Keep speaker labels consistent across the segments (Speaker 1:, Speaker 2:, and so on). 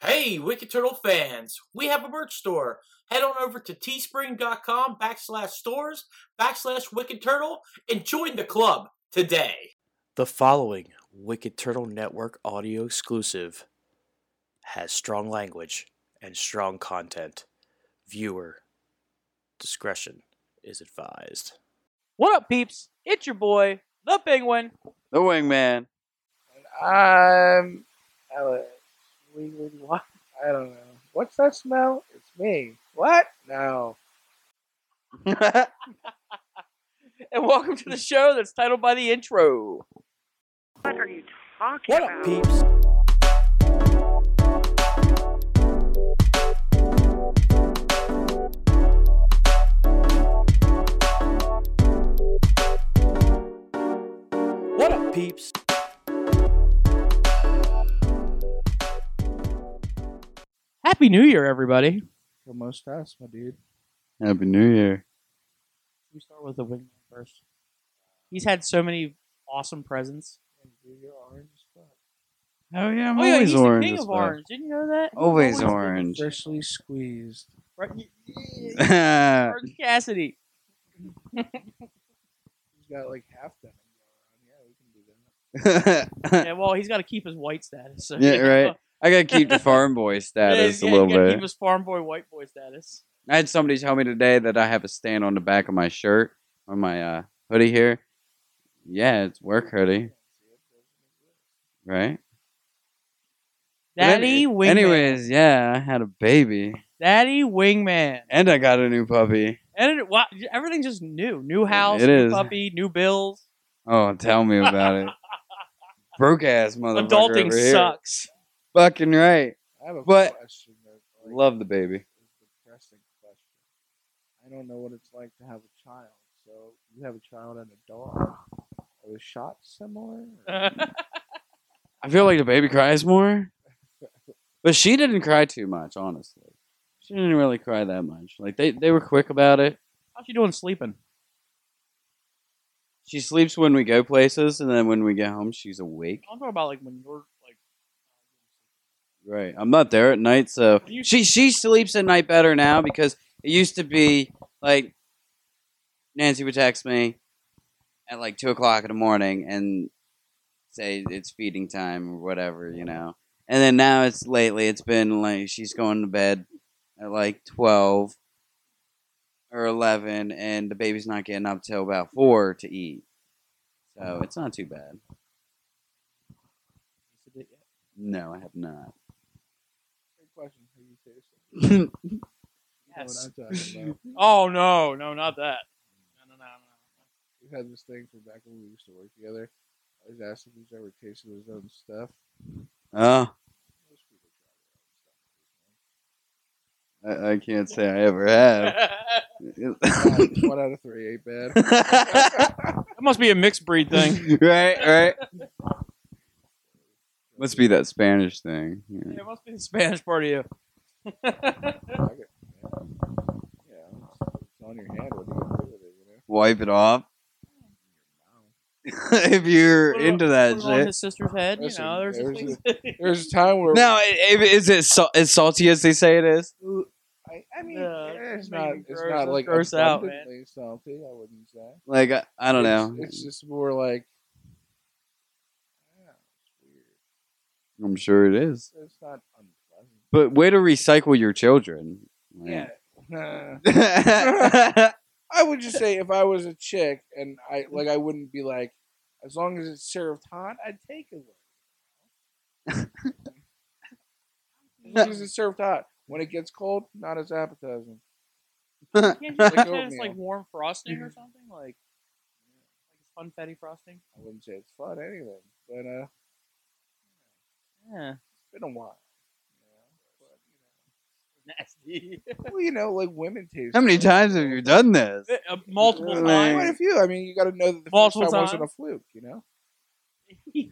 Speaker 1: Hey, Wicked Turtle fans, we have a merch store. Head on over to teespring.com backslash stores backslash Wicked Turtle and join the club today.
Speaker 2: The following Wicked Turtle Network audio exclusive has strong language and strong content. Viewer discretion is advised.
Speaker 3: What up, peeps? It's your boy, the Penguin.
Speaker 4: The wingman.
Speaker 5: I'm Alex. Um, We would wa- I don't know. What's that smell? It's me. What? No.
Speaker 3: And welcome to the show that's titled by the intro.
Speaker 6: What are you talking
Speaker 2: What
Speaker 6: about?
Speaker 2: up, peeps? What up, peeps?
Speaker 3: Happy New Year, everybody.
Speaker 5: Almost us, my dude.
Speaker 4: Happy New Year.
Speaker 3: We start with the wingman first. He's had so many awesome presents.
Speaker 5: And do your orange as fuck.
Speaker 4: Oh yeah, I'm
Speaker 3: oh, yeah, he's the king
Speaker 4: as
Speaker 3: of
Speaker 4: well.
Speaker 3: orange. Didn't you know that?
Speaker 4: Always
Speaker 3: Always
Speaker 4: orange.
Speaker 5: Freshly squeezed.
Speaker 3: Right? y- y- y-
Speaker 4: That's
Speaker 3: Orange Cassidy.
Speaker 5: He's got like half them. Yeah, we can do that.
Speaker 3: Yeah, well, he's got to keep his white status. so-
Speaker 4: Yeah, right. I gotta keep the farm boy
Speaker 3: Yeah,
Speaker 4: status
Speaker 3: he's
Speaker 4: a
Speaker 3: gotta-
Speaker 4: little
Speaker 3: gotta Keep
Speaker 4: bit.
Speaker 3: his farm boy, white boy status.
Speaker 4: I had somebody tell me today that I have a stain on the back of my shirt on my uh, hoodie here. Yeah, it's work hoodie, right? But
Speaker 3: Daddy
Speaker 4: any-
Speaker 3: Wingman.
Speaker 4: Anyways, yeah, I had a baby
Speaker 3: Daddy Wingman.
Speaker 4: and I got a new puppy.
Speaker 3: And it, wow, everything just new. New house,
Speaker 4: It
Speaker 3: new
Speaker 4: is.
Speaker 3: puppy, new bills.
Speaker 4: Oh, tell me about it. Broke ass motherfucker.
Speaker 3: Adulting
Speaker 4: over here.
Speaker 3: sucks.
Speaker 4: Fucking right.
Speaker 5: I have a
Speaker 4: But-
Speaker 5: question. Though,
Speaker 4: Love the baby.
Speaker 5: It's a depressing question. I don't know what it's like to have a child. So you have a child and a dog. Are the shots similar?
Speaker 4: I feel like the baby cries more. But she didn't cry too much, honestly. She didn't really cry that much. Like they, they were quick about it.
Speaker 3: How's she doing sleeping?
Speaker 4: She sleeps when we go places and then when we get home she's awake.
Speaker 3: I'm talking about like when you're like
Speaker 4: Right. I'm not there at night, so
Speaker 3: You-
Speaker 4: she she sleeps at night better now because it used to be like Nancy would text me at like two o'clock in the morning and say it's feeding time or whatever, you know. And then now it's lately it's been like she's going to bed at like twelve or eleven and the baby's not getting up till about four to eat. So it's not too bad. No, I have not.
Speaker 5: Great question. How you say this?
Speaker 3: Yes.
Speaker 5: You know what I'm talking about.
Speaker 3: Oh no, no, not that. No, no, no, no.
Speaker 5: we had this thing from back when we used to work together. I was asking who's ever tasted his own stuff.
Speaker 4: oh.
Speaker 5: Most people try their own stuff.
Speaker 4: I, I can't say I ever have.
Speaker 5: Alright, one out of three ain't bad.
Speaker 4: right,
Speaker 3: that must be a mixed breed thing.
Speaker 4: right. Must be that Spanish thing.
Speaker 3: Yeah,
Speaker 4: Yeah.
Speaker 3: it must be the Spanish part of you.
Speaker 5: Fuck it, man. Yeah, it's it's on your hand. What do you do with it? You know?
Speaker 4: Wipe it off
Speaker 5: Wow.
Speaker 4: if you're
Speaker 3: Put it on-
Speaker 4: into that
Speaker 3: Put it on
Speaker 4: shit.
Speaker 3: his sister's head, you
Speaker 5: Listen,
Speaker 3: know. There's,
Speaker 5: there's
Speaker 3: things-
Speaker 5: There was a time where
Speaker 4: Now, i- if- is it sa- as salty as they say it is?
Speaker 5: I, I mean, eh,
Speaker 3: No,
Speaker 5: it's
Speaker 3: it's
Speaker 5: not.
Speaker 3: making
Speaker 5: It's
Speaker 3: gross-
Speaker 5: not
Speaker 3: it's
Speaker 5: like
Speaker 3: gross out, man.
Speaker 5: abundantly salty. I wouldn't say.
Speaker 4: Like I, I don't know.
Speaker 5: It's, it's just more like. Yeah, it's weird.
Speaker 4: I'm sure it is.
Speaker 5: It's not unpleasant.
Speaker 4: But way to recycle your children. Like-
Speaker 5: Yeah. I would just say if I was a chick and I like I wouldn't be like as long as it's served hot, I'd take it. as long as it's served hot. When it gets cold, not as appetizing.
Speaker 3: can't you
Speaker 5: Like
Speaker 3: do that as, like
Speaker 5: oatmeal. Mm-hmm.
Speaker 3: warm frosting or something, like like funfetti frosting.
Speaker 5: I wouldn't say it's fun anything, but uh
Speaker 3: Yeah,
Speaker 5: it's been a while. you
Speaker 3: nasty.
Speaker 5: know. But, you know. Well, you know, like women taste.
Speaker 4: How many
Speaker 5: it.
Speaker 4: times have you done this?
Speaker 3: Uh, Multiple
Speaker 4: Really?
Speaker 5: Quite a
Speaker 3: times.
Speaker 5: few. I mean, you got to know that the first
Speaker 3: Multiple
Speaker 5: time wasn't a
Speaker 3: times?
Speaker 5: fluke, you know.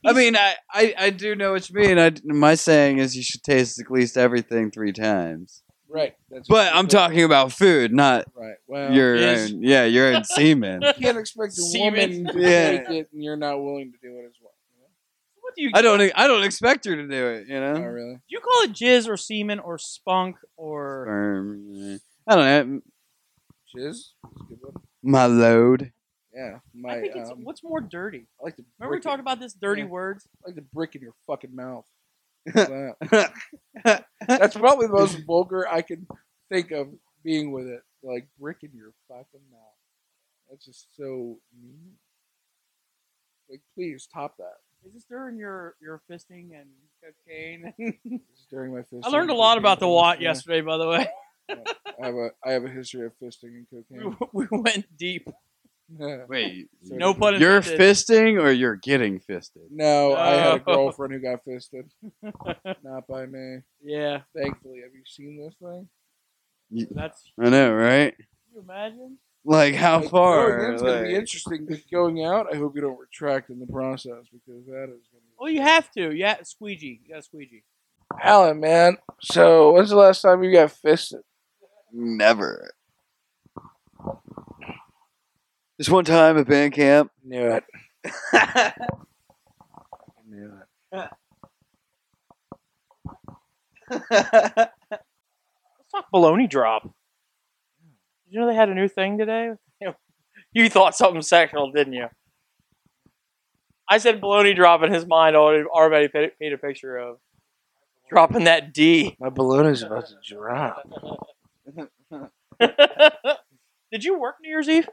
Speaker 4: I mean, I, I, I do know what you mean. I, my saying is you should taste at least everything three times.
Speaker 5: Right. That's
Speaker 4: But I'm talking about food, not
Speaker 5: Right. Well,
Speaker 4: your
Speaker 3: Is-
Speaker 4: own, yeah, your own semen.
Speaker 5: you can't expect a
Speaker 3: Semen.
Speaker 5: woman to
Speaker 4: Yeah.
Speaker 5: take it, and you're not willing to do it as well. You know?
Speaker 3: What do you?
Speaker 4: I don't. I don't expect her to do it. You
Speaker 5: Oh,
Speaker 4: know.
Speaker 5: really?
Speaker 3: do you call it jizz or semen or spunk or?
Speaker 4: Sperm. I don't know.
Speaker 5: Shiz? It's a good one.
Speaker 4: My load.
Speaker 5: Yeah. My,
Speaker 3: I think it's
Speaker 5: um,
Speaker 3: what's more dirty.
Speaker 5: I like to
Speaker 3: Remember we
Speaker 5: brick it-
Speaker 3: talked about this dirty
Speaker 5: Yeah.
Speaker 3: words.
Speaker 5: I like the brick in your fucking mouth. That's probably the most vulgar I can think of being with it. Like brick in your fucking mouth. That's just so mean. Like, please top that.
Speaker 3: Is this during your your fisting and cocaine?
Speaker 5: This is during my fist.
Speaker 3: I learned a lot about the Watt yesterday, by the way.
Speaker 5: I have a I have a history of fisting and
Speaker 3: We,
Speaker 5: cocaine.
Speaker 3: we went deep.
Speaker 4: Wait.
Speaker 5: So-
Speaker 3: No pun
Speaker 4: You're
Speaker 3: intended.
Speaker 4: fisting or you're getting fisted?
Speaker 5: No, I had a
Speaker 3: No.
Speaker 5: girlfriend who got fisted. Not by me.
Speaker 3: Yeah,
Speaker 5: Thankfully, have you seen this thing?
Speaker 3: that's.
Speaker 4: I know, right?
Speaker 3: Can you imagine?
Speaker 4: Like how
Speaker 5: Like,
Speaker 4: far?
Speaker 5: Going in's gonna be
Speaker 4: Like-
Speaker 5: interesting. but Going out, I hope you don't retract in the process because that is. Gonna be
Speaker 3: Well, you have to. Yeah, squeegee. You got to squeegee.
Speaker 5: Alan, man. So, when's the last time you got fisted?
Speaker 4: Never. This one time at band camp.
Speaker 5: Knew it. Knew it.
Speaker 3: Let's talk baloney drop. Did you know they had a new thing today? You thought something sexual, didn't you? I said baloney drop, and his mind already, already pa- paid a picture of dropping that D.
Speaker 5: My balloon is about to drop.
Speaker 3: Did you work New Year's Eve?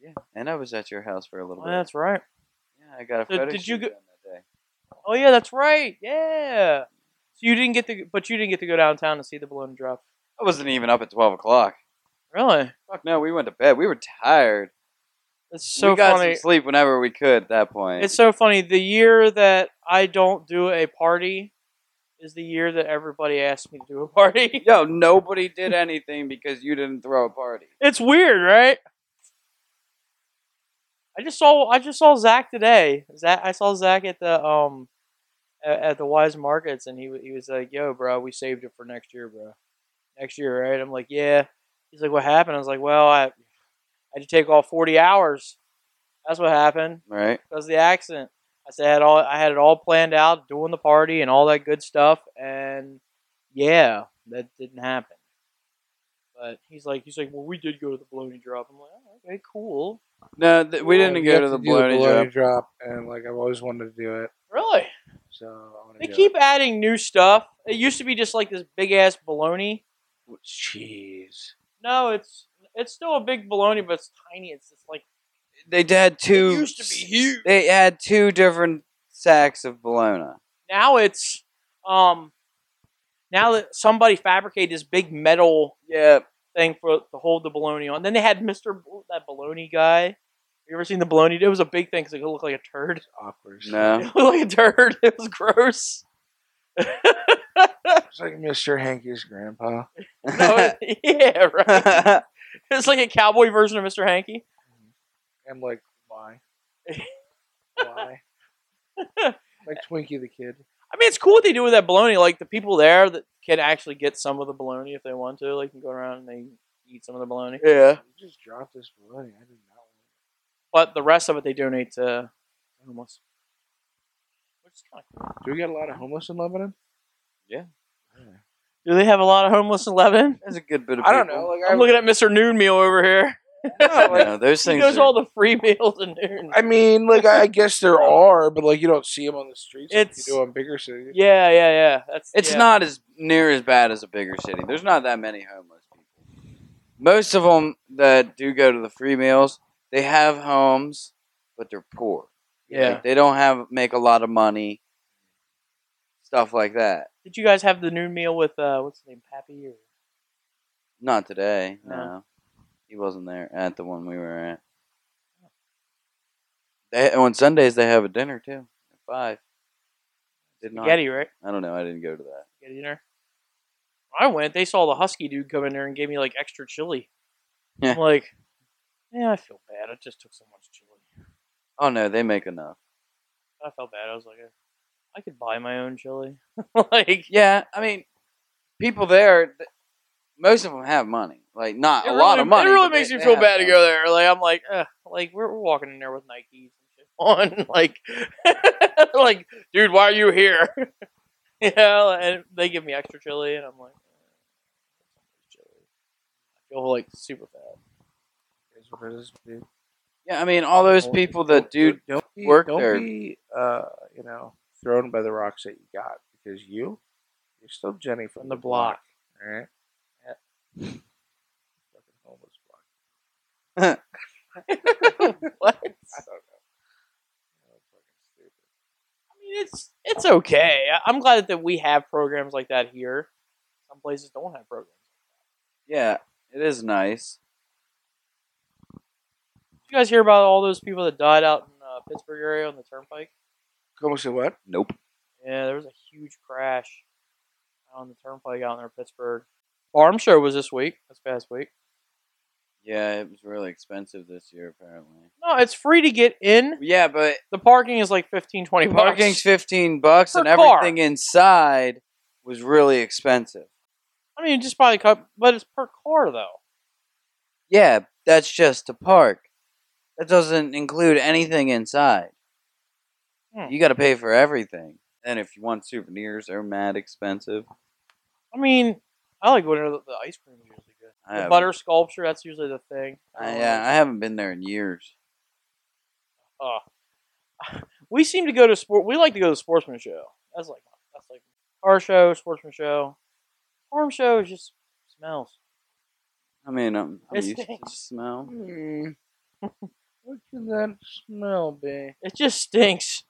Speaker 4: Yeah, and I was at your house for a little
Speaker 3: Oh,
Speaker 4: bit.
Speaker 3: that's right.
Speaker 4: yeah, I got a
Speaker 3: Did-
Speaker 4: photo
Speaker 3: did you
Speaker 4: shoot
Speaker 3: go-
Speaker 4: done that day.
Speaker 3: Oh yeah, that's right. Yeah. So you didn't get to, but you didn't get to go downtown and see the balloon drop.
Speaker 4: I wasn't even up at twelve o'clock.
Speaker 3: Really?
Speaker 4: Fuck no, we went to bed. We were tired.
Speaker 3: That's so
Speaker 4: we got
Speaker 3: funny.
Speaker 4: some sleep whenever we could at that point.
Speaker 3: It's so funny. The year that I don't do a party is the year that everybody asks me to do a party.
Speaker 4: Yo, nobody did anything because you didn't throw a party.
Speaker 3: It's weird, right? I just saw I just saw Zach today. Zach, I saw Zach at the um at, at the Wise Markets, and he wa- he was like, "Yo, bro, we saved it for next year, bro. Next year, right?" I'm like, "Yeah." He's like, "What happened?" I was like, "Well, I I had to take off 40 hours. That's what happened."
Speaker 4: Right?
Speaker 3: because the accident. I said I had all I had it all planned out, doing the party and all that good stuff, and yeah, that didn't happen. But he's like, he's like, well, we did go to the baloney drop. I'm like, oh, okay, cool.
Speaker 4: No, th- we didn't go to the bloody job.
Speaker 5: drop. And like I've always wanted to do it,
Speaker 3: Really?
Speaker 5: so I want
Speaker 3: They
Speaker 5: to
Speaker 3: keep adding new stuff. It used to be just like this big ass baloney.
Speaker 5: Jeez.
Speaker 3: No, it's it's still a big baloney, but it's tiny. It's just like
Speaker 4: They had two.
Speaker 3: it used to be huge.
Speaker 4: They had two different sacks of bologna.
Speaker 3: Now it's um, now that somebody fabricated this big metal
Speaker 4: Yeah,
Speaker 3: thing for to hold the baloney on. Then they had Mister that baloney guy. You ever seen the baloney? It was a big thing because it looked like a turd.
Speaker 5: Awkward.
Speaker 4: No.
Speaker 3: It looked like a turd. It was gross.
Speaker 5: It's like Mr. Hanky's grandpa.
Speaker 3: No, it- yeah, right. It's like a cowboy version of Mister Hanky.
Speaker 5: And like, why? why? Like Twinkie the Kid.
Speaker 3: I mean, it's cool what they do with that baloney. Like the people there that can actually get some of the baloney if they want to. Like, can go around and they eat some of the baloney.
Speaker 4: yeah.
Speaker 5: You just dropped this balloon. I did not want
Speaker 3: But the rest of it they donate to homeless. Which is kind of cool.
Speaker 5: it. Do we got a lot of homeless in Lebanon?
Speaker 3: Do they have a lot of homeless in Lebanon?
Speaker 4: That's a good bit of.
Speaker 5: I don't
Speaker 4: people.
Speaker 5: know. Like
Speaker 3: I'm
Speaker 5: I,
Speaker 3: looking at Mr. Noon Meal over here.
Speaker 5: no, like,
Speaker 4: No, those
Speaker 3: He
Speaker 4: things.
Speaker 3: knows
Speaker 4: are-
Speaker 3: all the free meals and noon.
Speaker 5: I mean, like I guess there are, but like you don't see them on the streets. like
Speaker 3: It's-
Speaker 5: you do in bigger cities.
Speaker 3: Yeah, yeah, yeah. That's
Speaker 4: it's
Speaker 3: yeah.
Speaker 4: not as near as bad as a bigger city. There's not that many homeless people. Most of them that do go to the free meals, they have homes, but they're poor.
Speaker 3: Yeah.
Speaker 4: Like, they don't have make a lot of money. Stuff like that.
Speaker 3: Did you guys have the noon meal with uh, what's his name, Pappy? Or...
Speaker 4: Not today. No.
Speaker 3: No.
Speaker 4: He wasn't there at the one we were at. They, on Sundays, they have a dinner too at 5. Did not.
Speaker 3: Spaghetti, right?
Speaker 4: I don't know. I didn't go to that.
Speaker 3: Spaghetti dinner. When I went. They saw the husky dude come in there and gave me like extra chili.
Speaker 4: Yeah.
Speaker 3: I'm like, yeah, I feel bad. I just took so much chili.
Speaker 4: Oh, no. They make enough.
Speaker 3: I felt bad. I was like, I could buy my own chili. like,
Speaker 4: Yeah. I mean, people there, th- most of them have money. Like, not
Speaker 3: it
Speaker 4: a lot
Speaker 3: really-
Speaker 4: of money.
Speaker 3: It really
Speaker 4: but they-
Speaker 3: makes me
Speaker 4: they
Speaker 3: feel
Speaker 4: have
Speaker 3: bad to
Speaker 4: money.
Speaker 3: go there. Like, I'm like, Ugh. like we're, we're walking in there with Nikes and shit. on like like dude why are you here you know and they give me extra chili and i'm like chili. i feel like super fat
Speaker 4: Yeah, I mean, all those people that do.
Speaker 5: don't be,
Speaker 4: work
Speaker 5: don't
Speaker 4: there.
Speaker 5: be uh, you know thrown by the rocks that you got because you you're still Jenny from
Speaker 3: From the block.
Speaker 5: all right?
Speaker 3: Yeah.
Speaker 5: Fucking homeless block.
Speaker 3: what?
Speaker 5: I don't know. That's fucking stupid.
Speaker 3: I mean, it's it's okay. I- I'm glad that we have programs like that here. Some places don't have programs.
Speaker 4: Yeah, it is nice.
Speaker 3: Did you guys hear about all those people that died out in uh, Pittsburgh area on the turnpike?
Speaker 5: Como se what?
Speaker 4: Nope.
Speaker 3: Yeah, there was a huge crash on the turnpike out there in Pittsburgh. Farm show was this week. This past week.
Speaker 4: Yeah, it was really expensive this year, apparently.
Speaker 3: No, it's free to get in.
Speaker 4: Yeah, but
Speaker 3: The parking is like 15, 20 bucks.
Speaker 4: parking's fifteen bucks,
Speaker 3: Per
Speaker 4: and
Speaker 3: car.
Speaker 4: everything inside was really expensive.
Speaker 3: I mean, just by the cup, but it's per car though.
Speaker 4: Yeah, that's just to park. That doesn't include anything inside.
Speaker 3: Hmm.
Speaker 4: You got to pay for everything. And if you want souvenirs, they're mad expensive.
Speaker 3: I mean, I like when the, the ice cream is usually good.
Speaker 4: I
Speaker 3: The
Speaker 4: haven't-
Speaker 3: butter sculpture, that's usually the thing.
Speaker 4: I, yeah, I haven't been there in years.
Speaker 3: Oh. we seem to go to sport. We like to go to sportsman show. That's like that's like car show, sportsman show, farm show is just smells.
Speaker 4: I mean, I'm, I'm
Speaker 3: It
Speaker 4: used to the
Speaker 3: stinks.
Speaker 4: smell.
Speaker 5: Hmm. what can that smell be?
Speaker 3: It just stinks.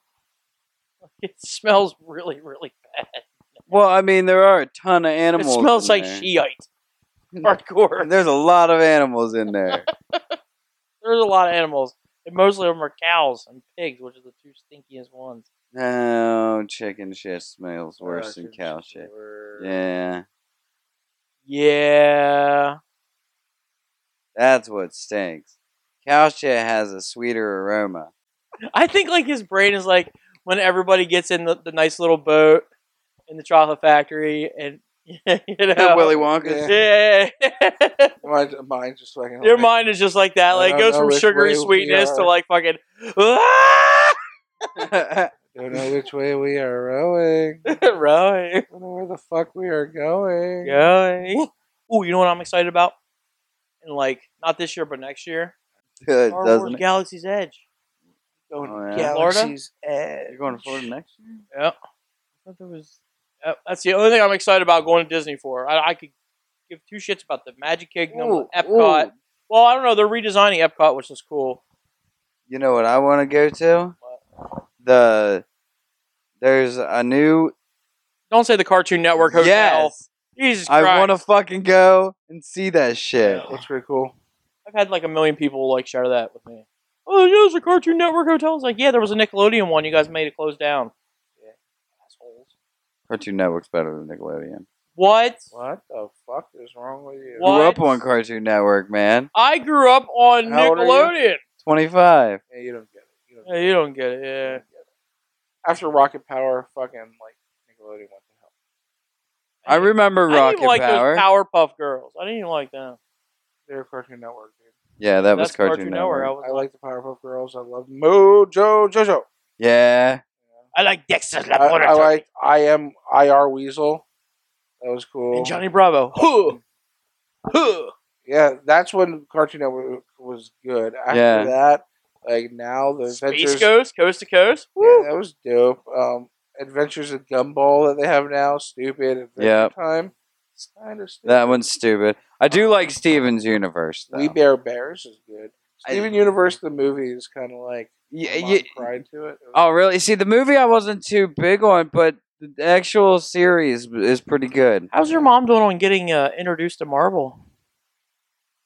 Speaker 3: Like, it smells really really bad.
Speaker 4: Well, I mean, there are a ton of
Speaker 3: It
Speaker 4: animals.
Speaker 3: smells
Speaker 4: in
Speaker 3: like
Speaker 4: there.
Speaker 3: sheite. Hardcore.
Speaker 4: There's a lot of animals in there.
Speaker 3: There's a lot of animals, and mostly of them are cows and pigs, which are the two stinkiest ones.
Speaker 4: no, chicken shit smells worse than cow shit. Yeah,
Speaker 3: Yeah,
Speaker 4: that's what stinks. Cow shit has a sweeter aroma.
Speaker 3: I think like his brain is like when everybody gets in the, the nice little boat in the chocolate factory, and you know,
Speaker 4: Willy Wonka.
Speaker 3: Yeah.
Speaker 5: Mine, mine's just like
Speaker 3: Your mind is just like that.
Speaker 5: I
Speaker 3: Like
Speaker 5: don't
Speaker 3: goes
Speaker 5: know
Speaker 3: from
Speaker 5: which
Speaker 3: sugary
Speaker 5: way we
Speaker 3: sweetness to
Speaker 5: are.
Speaker 3: like fucking "Ah!"
Speaker 5: Don't know which way we are rowing.
Speaker 3: right.
Speaker 5: Don't know where the fuck we are going.
Speaker 3: Going. Ooh, you know what I'm excited about? And like not this year but next year.
Speaker 4: Good,
Speaker 3: Star Wars
Speaker 4: doesn't it?
Speaker 3: Galaxy's Edge.
Speaker 5: Going
Speaker 4: Oh, yeah.
Speaker 5: to Galaxy's Edge.
Speaker 4: You're going to Florida next year?
Speaker 3: Yeah. I thought there was Yep, that's the only thing I'm excited about going to Disney for. I, I could give two shits about the Magic Kingdom,
Speaker 4: Ooh,
Speaker 3: Epcot.
Speaker 4: ooh.
Speaker 3: Well, I don't know. They're redesigning Epcot, which is cool.
Speaker 4: You know what I want to go to? The there's a new
Speaker 3: Don't say the Cartoon Network hotel.
Speaker 4: Yes,
Speaker 3: Jesus Christ!
Speaker 4: I want to fucking go and see that shit.
Speaker 3: Yeah.
Speaker 5: That's pretty cool.
Speaker 3: I've had like a million people like share that with me. Oh, yeah, there's a Cartoon Network hotel. It's like, yeah, there was a Nickelodeon one. You guys made it close down. Yeah, assholes.
Speaker 4: Cartoon Network's better than Nickelodeon.
Speaker 3: What?
Speaker 5: What the fuck is wrong with you?
Speaker 3: What?
Speaker 4: Grew up on Cartoon Network, man.
Speaker 3: I grew up on
Speaker 5: How old are you?
Speaker 3: Nickelodeon.
Speaker 4: Twenty five.
Speaker 5: Yeah, you don't get it. You don't
Speaker 3: Yeah, you don't get it. Yeah.
Speaker 5: get it. After Rocket Power, fucking like Nickelodeon went to hell.
Speaker 4: I remember
Speaker 3: I didn't
Speaker 4: Rocket
Speaker 3: even like
Speaker 4: Power.
Speaker 3: those Powerpuff Girls. I didn't even like them.
Speaker 5: They're Cartoon Network, dude.
Speaker 4: yeah, that was
Speaker 3: That's
Speaker 4: Cartoon, Network.
Speaker 3: I, was,
Speaker 5: I like the Powerpuff Girls. I love Mojo Jojo.
Speaker 4: Yeah,
Speaker 3: I like Dexter's
Speaker 5: I, I
Speaker 3: Laboratory
Speaker 5: like I am IR Weasel. That was cool.
Speaker 3: and Johnny Bravo. Huh. Huh.
Speaker 5: Yeah, that's when Cartoon Network was good. After
Speaker 4: Yeah.
Speaker 5: that, like now the
Speaker 3: Space
Speaker 5: Adventures.
Speaker 3: Coast, Coast to Coast.
Speaker 5: Yeah,
Speaker 3: Woo.
Speaker 5: that was dope. Um, Adventures of Gumball that they have now, stupid. Adventure
Speaker 4: Yep.
Speaker 5: Time, it's kind of stupid.
Speaker 4: that one's stupid. I do like Steven's Universe though.
Speaker 5: We Bear Bears is good.
Speaker 4: I-
Speaker 5: Steven Universe the movie is kind of like
Speaker 4: yeah,
Speaker 5: my mom
Speaker 4: yeah,
Speaker 5: cried to it. It was-
Speaker 4: Oh, really? See, the movie I wasn't too big on, but the actual series is pretty good.
Speaker 3: How's your mom doing on getting uh, introduced to Marvel?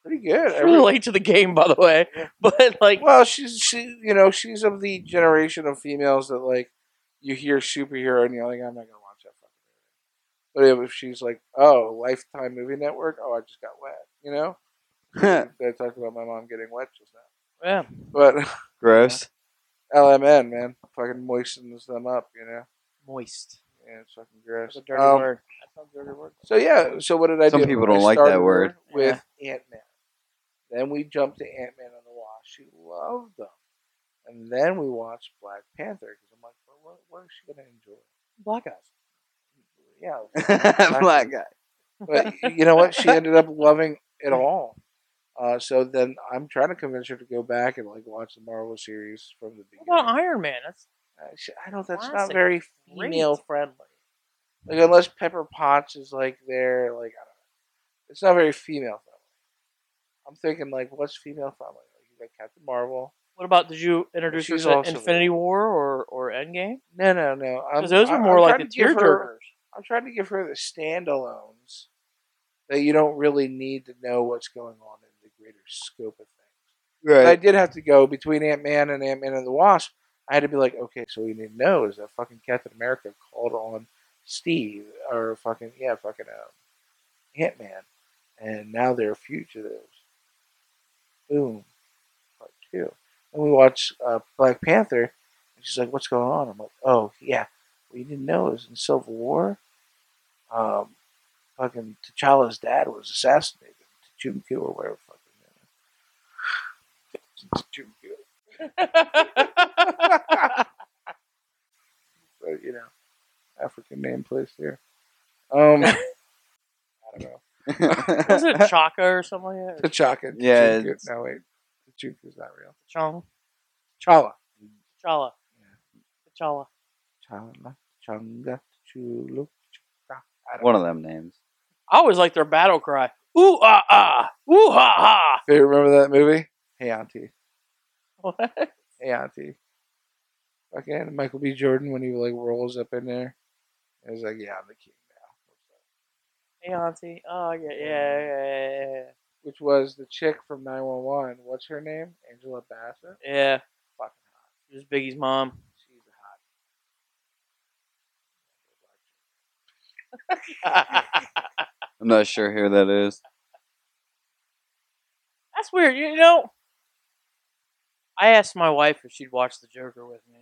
Speaker 5: pretty good.
Speaker 3: It's really late to the game, by the way. But like,
Speaker 5: Well, she's she you know she's of the generation of females that like you hear superhero and you're like I'm not gonna watch that fucking movie. But if she's like oh Lifetime movie network oh I just got wet you know I talked about my mom getting wet just now
Speaker 3: yeah,
Speaker 5: but
Speaker 4: Gross.
Speaker 5: LMN man fucking moistens them up you know
Speaker 3: moist.
Speaker 5: yeah it's fucking gross.
Speaker 3: That's a dirty
Speaker 5: Um,
Speaker 3: word.
Speaker 5: So yeah, so what did I
Speaker 4: Some
Speaker 5: do?
Speaker 4: people don't
Speaker 5: I
Speaker 4: like that
Speaker 5: started her
Speaker 4: word.
Speaker 5: With Ant Man, then we jumped to Ant Man and the Wasp. She loved them, and then we watched Black Panther because I'm like, well, what, what is she gonna enjoy?
Speaker 3: Black eyes.
Speaker 5: Yeah,
Speaker 4: Black guy.
Speaker 5: but you know what? She ended up loving it all. Uh, so then I'm trying to convince her to go back and like watch the Marvel series from the beginning.
Speaker 3: What about Iron Man? That's
Speaker 5: Uh, she- I don't. That's not
Speaker 3: Classic.
Speaker 5: very
Speaker 3: Great.
Speaker 5: female friendly. Like unless Pepper Potts is like there, like I don't know. It's not very female friendly. I'm thinking like, what's female friendly? Like, you got Captain Marvel.
Speaker 3: what about? Did you introduce
Speaker 5: She's
Speaker 3: her to
Speaker 5: also-
Speaker 3: Infinity War or or Endgame?
Speaker 5: No, no, no. I'm-
Speaker 3: Because those are
Speaker 5: I'm-
Speaker 3: more
Speaker 5: I'm
Speaker 3: like the
Speaker 5: trying to give her-
Speaker 3: tearjerkers.
Speaker 5: I'm trying to give her the standalones that you don't really need to know what's going on in the greater scope of things. But I did have to go between Ant Man and Ant Man and the Wasp. I had to be like, okay, so we need to know is that fucking Captain America called on Steve or fucking yeah, fucking um, Ant Man, and now they're fugitives. Boom, part two. And we watch uh, Black Panther, and she's like, what's going on? I'm like, oh yeah, what you didn't know is in Civil War, um, fucking T'Challa's dad was assassinated, T'Chumku or whatever the fuck. His name is. T'Chumku. but you know, African name place there. Um, I don't know.
Speaker 3: Was it Chaka or something like that? Or
Speaker 5: T'Chaka.
Speaker 4: Yeah,
Speaker 5: T'Chunku-
Speaker 4: it's-
Speaker 5: No wait, T'Chunku's not real.
Speaker 3: T'Challa?
Speaker 5: Chala.
Speaker 3: T'Challa.
Speaker 5: Yeah.
Speaker 3: T'Challa.
Speaker 5: Chala. Changa. Chulu. Chaka. I don't
Speaker 4: One
Speaker 5: know.
Speaker 4: of them names.
Speaker 3: I always like their battle cry. Ooh ah ah. Ooh ha
Speaker 5: Hey, remember that movie? Hey Auntie.
Speaker 3: ha.
Speaker 5: Hey Auntie. Fucking Michael B. Jordan when he like rolls up in there. And he's like, yeah, I'm the king now.
Speaker 3: Hey auntie. Oh yeah yeah yeah yeah.
Speaker 5: Which was the chick from 911. What's her name? Angela Bassett.
Speaker 3: yeah. yeah.
Speaker 5: Fucking hot.
Speaker 3: It was Biggie's mom.
Speaker 5: She's a hot.
Speaker 3: That's
Speaker 4: I'm not sure who that is.
Speaker 3: weird. You know, I asked my wife if she'd watch The Joker with me.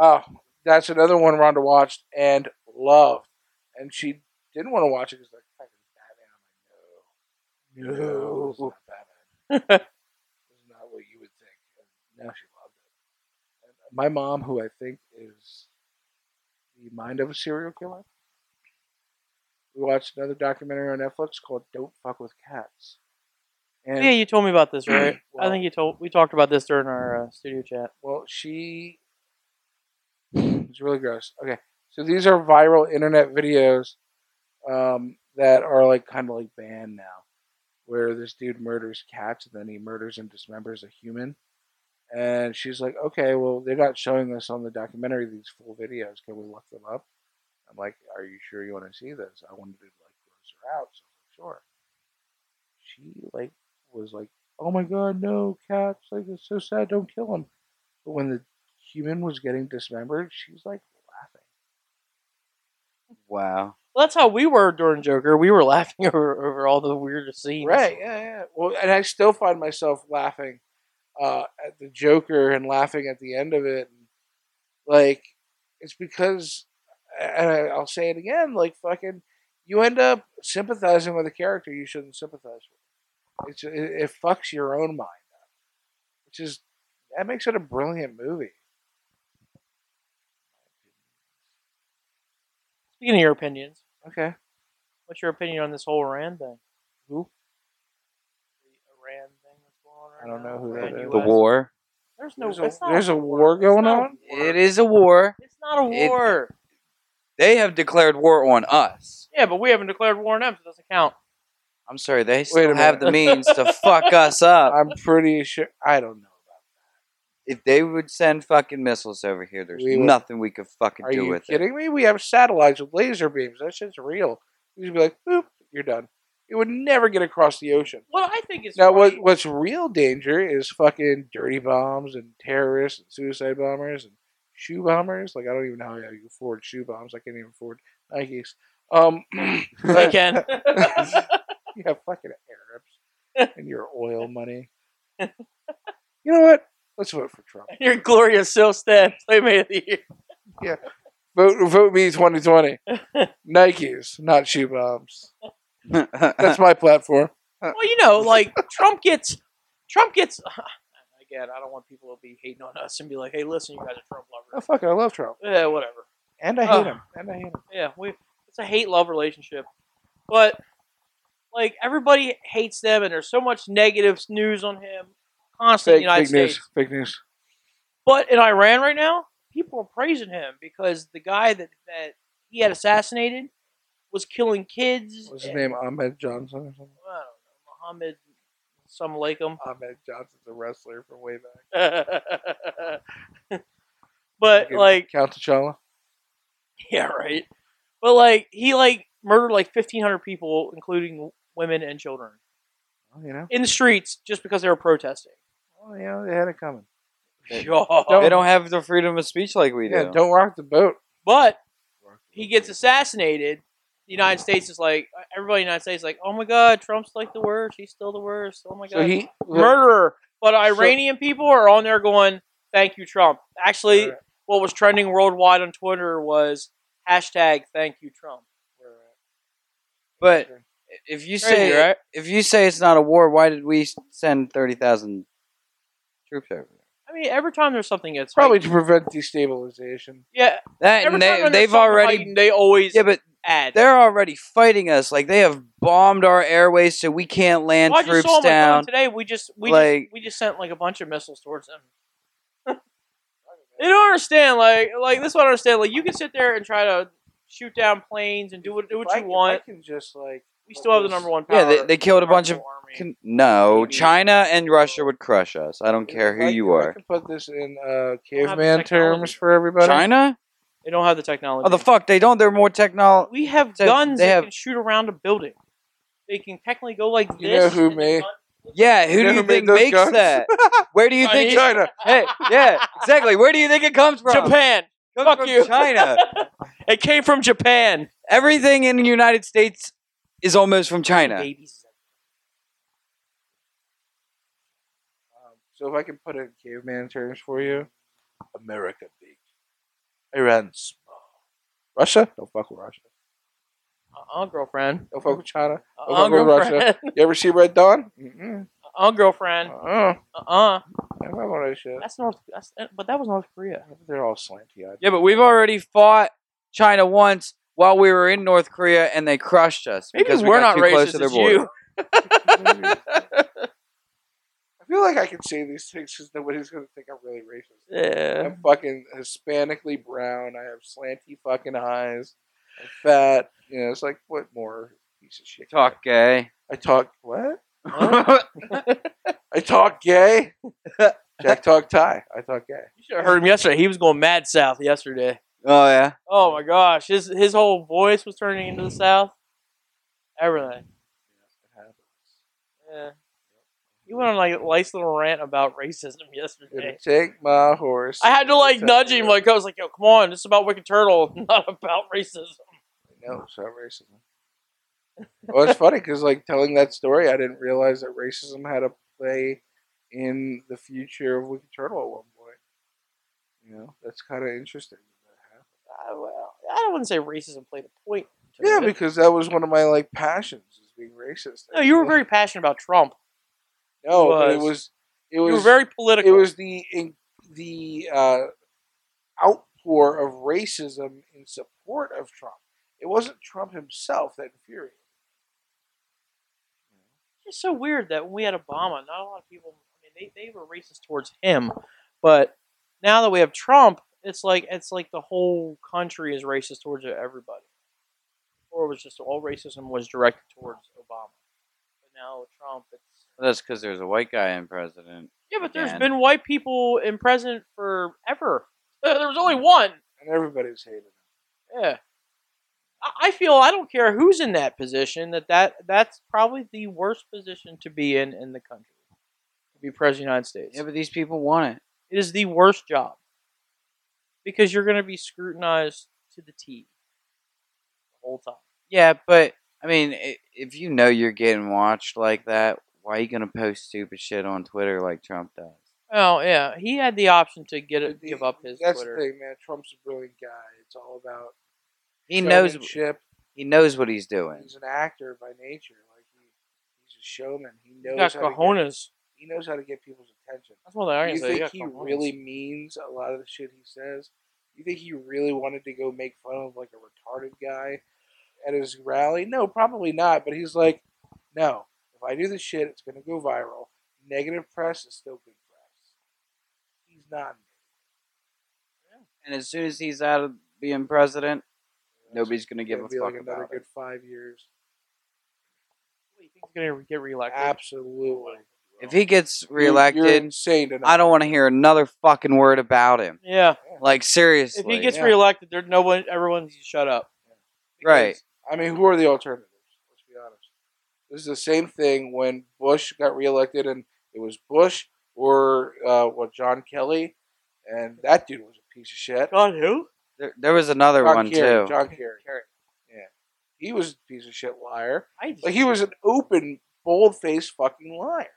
Speaker 5: Oh, that's another one Rhonda watched and loved. And she didn't want to watch it because like fucking Batman. I'm like, no, no, it's not Batman. it's not what you would think. And now she loved it. And my mom, who I think is the mind of a serial killer, we watched another documentary on Netflix called "Don't Fuck with Cats." And
Speaker 3: Yeah, you told me about this, right? I
Speaker 5: Well-
Speaker 3: think you told we talked about this during our uh, studio chat.
Speaker 5: Well, she. It's really gross. Okay, so these are viral internet videos um, that are like kind of like banned now, where this dude murders cats and then he murders and dismembers a human. And she's like, "Okay, well, they're not showing us on the documentary these full videos. Can we look them up?" I'm like, "Are you sure you want to see this? I wanted to like gross her out, so I'm like, sure." She like was like, "Oh my god, no cats! Like it's so sad. Don't kill them." But when the human was getting dismembered, she was like laughing.
Speaker 4: Wow.
Speaker 3: Well, that's how we were during Joker. We were laughing over, over all the weirdest scenes.
Speaker 5: Right? Yeah, yeah. Well, and I still find myself laughing uh, at the Joker and laughing at the end of it. Like it's because, and I- I'll say it again, like fucking, you end up sympathizing with a character you shouldn't sympathize with. It's it, it fucks your own mind up, which is that makes it a brilliant movie.
Speaker 3: Speaking of your opinions,
Speaker 5: Okay.
Speaker 3: what's your opinion on this whole Iran thing?
Speaker 5: Who?
Speaker 3: The Iran thing that's going
Speaker 5: I don't
Speaker 3: on right now?
Speaker 5: know who that
Speaker 3: Iran,
Speaker 5: is.
Speaker 4: The
Speaker 3: US?
Speaker 4: war.
Speaker 3: There's no.
Speaker 5: There's a,
Speaker 3: it's not
Speaker 5: there's a war
Speaker 3: It's
Speaker 5: going
Speaker 3: not a
Speaker 5: on.
Speaker 3: war.
Speaker 4: It is a war.
Speaker 3: It's not a
Speaker 4: It-
Speaker 3: war.
Speaker 4: They have declared war on us.
Speaker 3: yeah, but we haven't declared war on them, so it doesn't count.
Speaker 4: I'm sorry, they
Speaker 5: Wait
Speaker 4: still
Speaker 5: a
Speaker 4: have the
Speaker 5: minute.
Speaker 4: means to fuck us up.
Speaker 5: I'm pretty sure. I don't know.
Speaker 4: If they would send fucking missiles over here, there's
Speaker 5: We would-
Speaker 4: nothing we could fucking
Speaker 5: Are
Speaker 4: do
Speaker 5: you
Speaker 4: with it.
Speaker 5: kidding me? We have satellites with laser beams. That shit's real. You'd be like, boop, you're done. It would never get across the ocean.
Speaker 3: What I think is
Speaker 5: Now, what,
Speaker 3: funny-
Speaker 5: what's real danger is fucking dirty bombs and terrorists and suicide bombers and shoe bombers. Like, I don't even know how you afford shoe bombs. I can't even afford Nikes. Um,
Speaker 3: I
Speaker 5: but-
Speaker 3: can.
Speaker 5: you have fucking Arabs and your oil money. You know what? Let's vote for Trump.
Speaker 3: Your Gloria Silstead, Playmate of the Year.
Speaker 5: Vote, vote me 2020. Nikes, not shoe bombs. That's my platform.
Speaker 3: Well, you know, like Trump gets, Trump gets. I at. I don't want people to be hating on us and be like, "Hey, listen, you guys are Trump
Speaker 5: Oh,
Speaker 3: lovers."
Speaker 5: fuck it. I love Trump.
Speaker 3: Yeah, whatever.
Speaker 5: And I hate
Speaker 3: Oh.
Speaker 5: him. And I hate him.
Speaker 3: Yeah, we it's a hate love relationship, but like everybody hates them, and there's so much negative news on him constantly. in
Speaker 5: Fake,
Speaker 3: the United
Speaker 5: fake
Speaker 3: States.
Speaker 5: news. Fake news.
Speaker 3: But in Iran right now, people are praising him because the guy that, that he had assassinated was killing kids.
Speaker 5: What's his
Speaker 3: and-
Speaker 5: name? Ahmed Johnson or something?
Speaker 3: I don't know, Muhammad, some like him.
Speaker 5: Ahmed Johnson's a wrestler from way back.
Speaker 3: but
Speaker 5: Fucking
Speaker 3: like,
Speaker 5: Count T'Challa.
Speaker 3: yeah, right. But like, he like murdered like fifteen hundred people, including women and children,
Speaker 5: Well, you know.
Speaker 3: in the streets just because they were protesting.
Speaker 5: Well, you know, they had it coming.
Speaker 4: They
Speaker 3: God.
Speaker 4: don't have the freedom of speech like we do.
Speaker 5: Yeah, don't rock the boat.
Speaker 3: But he gets assassinated. The United States is like everybody in the United States is like, oh my god, Trump's like the worst. He's still the worst. Oh my god,
Speaker 5: So he
Speaker 3: murderer. But
Speaker 5: So-
Speaker 3: Iranian people are on there going, thank you, Trump. Actually,
Speaker 5: Right.
Speaker 3: what was trending worldwide on Twitter was hashtag thank you, Trump.
Speaker 4: But if you
Speaker 3: Crazy,
Speaker 4: say
Speaker 3: right?
Speaker 4: if you say it's not a war, why did we send thirty thousand troops over?
Speaker 3: I mean, every time there's something that's
Speaker 5: Probably
Speaker 3: heightened-
Speaker 5: to prevent destabilization.
Speaker 3: yeah.
Speaker 4: That
Speaker 3: Every
Speaker 4: and
Speaker 3: time
Speaker 4: they
Speaker 3: there's
Speaker 4: they've
Speaker 3: something
Speaker 4: already
Speaker 3: heightened, they always
Speaker 4: yeah, but
Speaker 3: add.
Speaker 4: they're already fighting us. Like they have bombed our airways, so we can't land
Speaker 3: Well, I just
Speaker 4: troops
Speaker 3: saw him
Speaker 4: down.
Speaker 3: today. We just we
Speaker 4: Like-
Speaker 3: just we just sent like a bunch of missiles towards them. they don't understand. Like like this one understand. Like you can sit there and try to shoot down planes and do what do
Speaker 5: If
Speaker 3: what
Speaker 5: I
Speaker 3: you
Speaker 5: can-
Speaker 3: want.
Speaker 5: I can just like.
Speaker 3: We still have the number one power.
Speaker 4: Yeah, they, they killed a bunch of.
Speaker 3: powerful army.
Speaker 4: Con- no,
Speaker 3: Maybe.
Speaker 4: China and Russia would crush us. I don't
Speaker 5: if
Speaker 4: care
Speaker 5: I
Speaker 4: who you
Speaker 5: can- if I
Speaker 4: are.
Speaker 5: can put this in uh,
Speaker 3: the
Speaker 5: caveman
Speaker 3: technology,
Speaker 5: terms
Speaker 3: though.
Speaker 5: for everybody.
Speaker 4: China?
Speaker 3: They don't have the technology.
Speaker 4: Oh, the fuck! They don't. They're more technol.
Speaker 3: we have
Speaker 4: They-
Speaker 3: guns
Speaker 4: they
Speaker 3: that
Speaker 4: have-
Speaker 3: can shoot around a building. They can technically go like
Speaker 5: You
Speaker 3: this.
Speaker 5: know who
Speaker 3: and the
Speaker 5: made-
Speaker 3: gun-
Speaker 4: Yeah, who
Speaker 5: You know
Speaker 4: do
Speaker 5: who
Speaker 4: you
Speaker 5: made
Speaker 4: think
Speaker 5: those
Speaker 4: makes
Speaker 5: guns?
Speaker 4: that? Where do you think?
Speaker 5: China.
Speaker 4: Hey, yeah, exactly. Where do you think it comes from?
Speaker 3: Japan.
Speaker 4: Comes
Speaker 3: fuck
Speaker 4: from
Speaker 3: you.
Speaker 4: China.
Speaker 3: It came from Japan.
Speaker 4: Everything in the United States is almost from China.
Speaker 3: Babies.
Speaker 5: Um, so if I can put it in caveman terms for you, America big, Iran small, Russia don't fuck with Russia,
Speaker 3: Uh-uh, girlfriend.
Speaker 5: don't fuck with China.
Speaker 3: Uh-uh,
Speaker 5: Don't fuck with
Speaker 3: girlfriend.
Speaker 5: You ever see Red Dawn? Mm-mm.
Speaker 3: Uh-uh, girlfriend.
Speaker 5: Uh-uh.
Speaker 3: Uh-uh.
Speaker 5: I'm not one of those shit.
Speaker 3: That's North. That's, uh, but that was North Korea.
Speaker 5: They're all slanty eyed.
Speaker 4: Yeah, but we've already fought China once while we were in North Korea, and they crushed us
Speaker 3: Maybe
Speaker 4: because we
Speaker 3: we're
Speaker 4: got
Speaker 3: not
Speaker 4: too
Speaker 3: racist.
Speaker 4: close to their
Speaker 3: it's
Speaker 4: border.
Speaker 3: you.
Speaker 5: I feel like I can say these things because nobody's gonna think I'm really racist.
Speaker 3: Yeah.
Speaker 5: I'm fucking Hispanically brown. I have slanty fucking eyes. I'm fat. You know, it's like what more piece of shit?
Speaker 4: Talk gay.
Speaker 5: I talk what?
Speaker 4: Huh?
Speaker 5: I talk gay. Jack talk Thai. I talk gay.
Speaker 3: You should have heard him yesterday. He was going mad south yesterday.
Speaker 4: oh yeah.
Speaker 3: Oh my gosh, his his whole voice was turning into the south. Everything. Yeah. He went on like a nice little rant about racism
Speaker 5: Gonna
Speaker 3: yesterday.
Speaker 5: take my horse.
Speaker 3: I had to like
Speaker 5: Take
Speaker 3: nudge him.
Speaker 5: my-
Speaker 3: Like I was like, "Yo, come on, this is about Wicked Turtle, not about racism."
Speaker 5: no, it's not racism. well, it's funny because like telling that story, I didn't realize that racism had a play in the future of Wicked Turtle at one point. You know, that's kind of interesting. That that happened.
Speaker 3: I, Ah, well, I wouldn't say racism played a point. to
Speaker 5: Yeah,
Speaker 3: it.
Speaker 5: because that was one of my like passions is being racist.
Speaker 3: no, you were very passionate about Trump.
Speaker 5: no, but it
Speaker 3: was.
Speaker 5: was it
Speaker 3: you
Speaker 5: was
Speaker 3: were very
Speaker 5: it
Speaker 3: political.
Speaker 5: was the in, the uh, outpour of racism in support of Trump. It wasn't Trump himself that infuriated.
Speaker 3: It's so weird that when we had Obama, not a lot of people. I mean, they, they were racist towards him, but now that we have Trump, it's like it's like the whole country is racist towards everybody. Or it was just all racism was directed towards Obama, but now with Trump, it's
Speaker 4: That's because there's a white guy in president.
Speaker 3: yeah. But there's
Speaker 4: Again.
Speaker 3: been white people in president forever. There was only one.
Speaker 5: and everybody's hated him.
Speaker 3: Yeah. I- I feel I don't care who's in that position that, that that's probably the worst position to be in in the country to be president of the United States.
Speaker 4: Yeah, but these people want it.
Speaker 3: It is the worst job because you're going to be scrutinized to the T the whole time.
Speaker 4: Yeah, but I mean, i- if you know you're getting watched like that, why are you gonna post stupid shit on Twitter like Trump does?
Speaker 3: Oh yeah, he had the option to get it,
Speaker 5: The-
Speaker 3: give up his
Speaker 5: That's
Speaker 3: Twitter.
Speaker 5: the thing, man. Trump's a brilliant guy. It's all about
Speaker 4: He knows.
Speaker 5: showmanship.
Speaker 4: He knows what he's doing.
Speaker 5: He's an actor by nature. Like he, he's a showman. He
Speaker 3: He
Speaker 5: knows
Speaker 3: got
Speaker 5: how to get-
Speaker 3: cojones.
Speaker 5: he he knows how to get people's attention.
Speaker 3: That's one thing I
Speaker 5: Do
Speaker 3: can
Speaker 5: you
Speaker 3: say.
Speaker 5: think
Speaker 3: yeah,
Speaker 5: he
Speaker 3: come on.
Speaker 5: really means a lot of the shit he says? You think he really wanted to go make fun of like a retarded guy at his rally? No, probably not. But he's like, no, if I do this shit, it's gonna go viral. Negative press is still good press. He's not.
Speaker 4: And as soon as he's out of being president, nobody's gonna
Speaker 5: It's
Speaker 4: give a
Speaker 5: gonna be
Speaker 4: fuck
Speaker 5: like another
Speaker 4: about
Speaker 5: good
Speaker 4: it.
Speaker 5: five years.
Speaker 3: He's gonna get reelected.
Speaker 5: Absolutely.
Speaker 4: If he gets
Speaker 5: You're- you're
Speaker 4: reelected,
Speaker 5: insane tonight.
Speaker 4: I don't want to hear another fucking word about him.
Speaker 3: Yeah.
Speaker 4: Like seriously,
Speaker 3: If he gets
Speaker 5: yeah.
Speaker 3: reelected, there no one, everyone needs to shut up.
Speaker 4: right,
Speaker 5: I mean, who are the alternatives? Let's be honest. This is the same thing when Bush got reelected, and it was Bush or uh, what John Kelly, and that dude was a piece of shit.
Speaker 3: God, who?
Speaker 4: there, there was another
Speaker 5: John
Speaker 4: one
Speaker 5: Kerry,
Speaker 4: too.
Speaker 5: John Kerry. Yeah, he was a piece of shit liar.
Speaker 3: I just,
Speaker 5: Like he was an open, bold-faced fucking liar.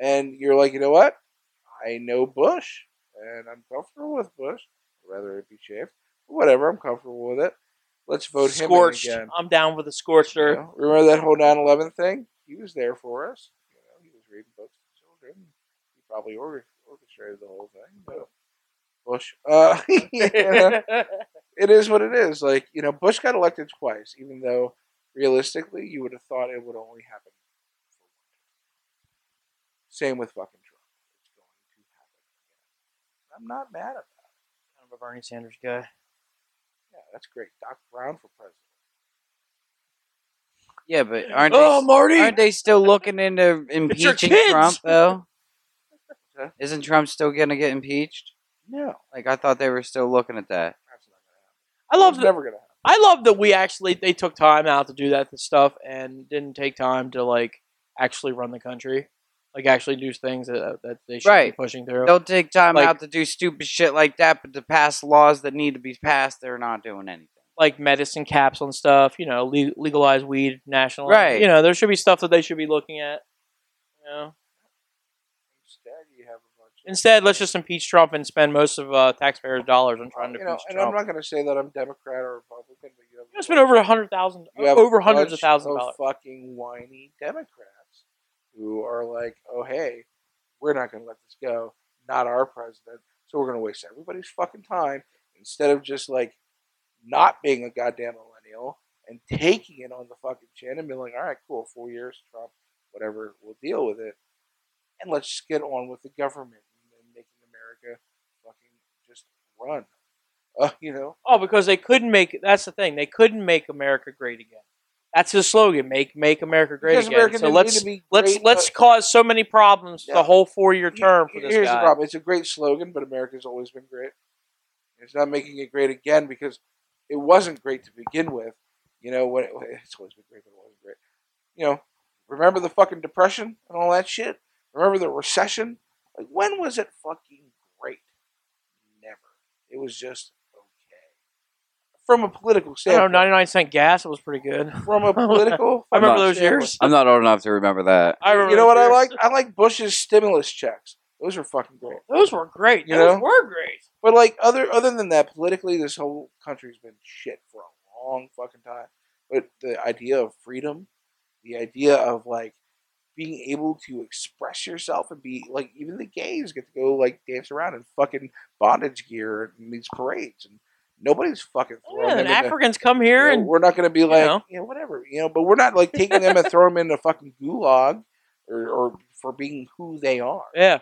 Speaker 5: And you're like, you know what? I know Bush, and I'm comfortable with Bush. Rather it be shaved, whatever. I'm comfortable with it. Let's vote
Speaker 3: scorched.
Speaker 5: him in again.
Speaker 3: I'm down with the scorcher.
Speaker 5: You know, remember that whole 9 11 thing? He was there for us. You know, he was reading books to children. He probably orga- orchestrated the whole thing. But Bush. Uh, you know, it is what it is. Like, you know, Bush got elected twice, even though realistically you would have thought it would only happen for one. Same with fucking Trump. It's going to happen again. I'm not mad at that.
Speaker 3: I'm a Bernie Sanders guy.
Speaker 5: Yeah, that's great. Doc Brown for president.
Speaker 4: Yeah, but aren't
Speaker 3: oh,
Speaker 4: they,
Speaker 3: Marty!
Speaker 4: aren't they still looking into impeaching
Speaker 3: kids!
Speaker 4: Trump though?
Speaker 5: Huh?
Speaker 4: Isn't Trump still gonna get impeached?
Speaker 5: No,
Speaker 4: Like I thought they were still looking at that.
Speaker 5: that's not going to happen.
Speaker 3: I love
Speaker 5: It's
Speaker 3: that.
Speaker 5: never going to happen.
Speaker 3: I love that we actually they took time out to do that stuff and didn't take time to like actually run the country, like actually do things that, uh, that they should
Speaker 4: Right.
Speaker 3: be pushing through.
Speaker 4: They'll take time
Speaker 3: Like-
Speaker 4: out to do stupid shit like that, but to pass laws that need to be passed, they're not doing anything.
Speaker 3: Like medicine caps on stuff, you know, le- legalize weed nationally.
Speaker 4: Right.
Speaker 3: You know, there should be stuff that they should be looking at. You know.
Speaker 5: Instead, you have a bunch of.
Speaker 3: Instead, let's just impeach Trump and spend most of uh, taxpayers' dollars on trying to
Speaker 5: you know,
Speaker 3: impeach
Speaker 5: and
Speaker 3: Trump.
Speaker 5: I'm not going to say that I'm Democrat or Republican, but you have
Speaker 3: You know, spend over a hundred thousand,
Speaker 5: you have
Speaker 3: over
Speaker 5: a
Speaker 3: hundreds of
Speaker 5: bunch
Speaker 3: thousands of dollars.
Speaker 5: fucking whiny Democrats who are like, oh hey, we're not going to let this go, not our president, so we're going to waste everybody's fucking time instead of just like not being a goddamn millennial and taking it on the fucking chin and being like, all right, cool, four years, Trump, whatever, we'll deal with it, and let's just get on with the government and making America fucking just run, uh, you know.
Speaker 3: Oh, because they couldn't make. That's the thing. They couldn't make America great again. That's his slogan. Make make America great
Speaker 5: Because
Speaker 3: again.
Speaker 5: America
Speaker 3: so
Speaker 5: didn't
Speaker 3: let's
Speaker 5: need to be
Speaker 3: let's
Speaker 5: great,
Speaker 3: let's
Speaker 5: but-
Speaker 3: cause so many problems for
Speaker 5: Yeah.
Speaker 3: the whole four year term for
Speaker 5: Here-
Speaker 3: this
Speaker 5: Here's
Speaker 3: guy.
Speaker 5: the problem: it's a great slogan, but America's always been great. It's not making it great again because it wasn't great to begin with. You know when it, it's always been great, but it wasn't great. You know, remember the fucking depression and all that shit. Remember the recession? Like when was it fucking great? Never. It was just okay. From a
Speaker 3: I
Speaker 5: political
Speaker 3: don't
Speaker 5: standpoint,
Speaker 3: know. Ninety nine cent gas was pretty good.
Speaker 5: from a political,
Speaker 3: I remember
Speaker 5: fucking
Speaker 3: those
Speaker 5: standpoint.
Speaker 3: years.
Speaker 4: I'm not old enough to remember that.
Speaker 3: I remember
Speaker 5: You know what I
Speaker 3: those
Speaker 5: like?
Speaker 3: years.
Speaker 5: I like Bush's stimulus checks. Those are fucking great.
Speaker 3: Those were great.
Speaker 5: You
Speaker 3: those
Speaker 5: know?
Speaker 3: were great.
Speaker 5: But like other other than that, politically, this whole country's been shit for a long fucking time. But the idea of freedom, the idea of like being able to express yourself and be like even the gays get to go like dance around in fucking bondage gear in these parades and nobody's fucking
Speaker 3: Oh,
Speaker 5: throwing
Speaker 3: yeah,
Speaker 5: them
Speaker 3: and
Speaker 5: in the-
Speaker 3: Africans come
Speaker 5: you
Speaker 3: here
Speaker 5: know,
Speaker 3: and
Speaker 5: we're not going to be like,
Speaker 3: know.
Speaker 5: yeah, whatever, you know. But we're not like taking them and throwing them in a fucking gulag, or, or for being who they are.
Speaker 3: yeah,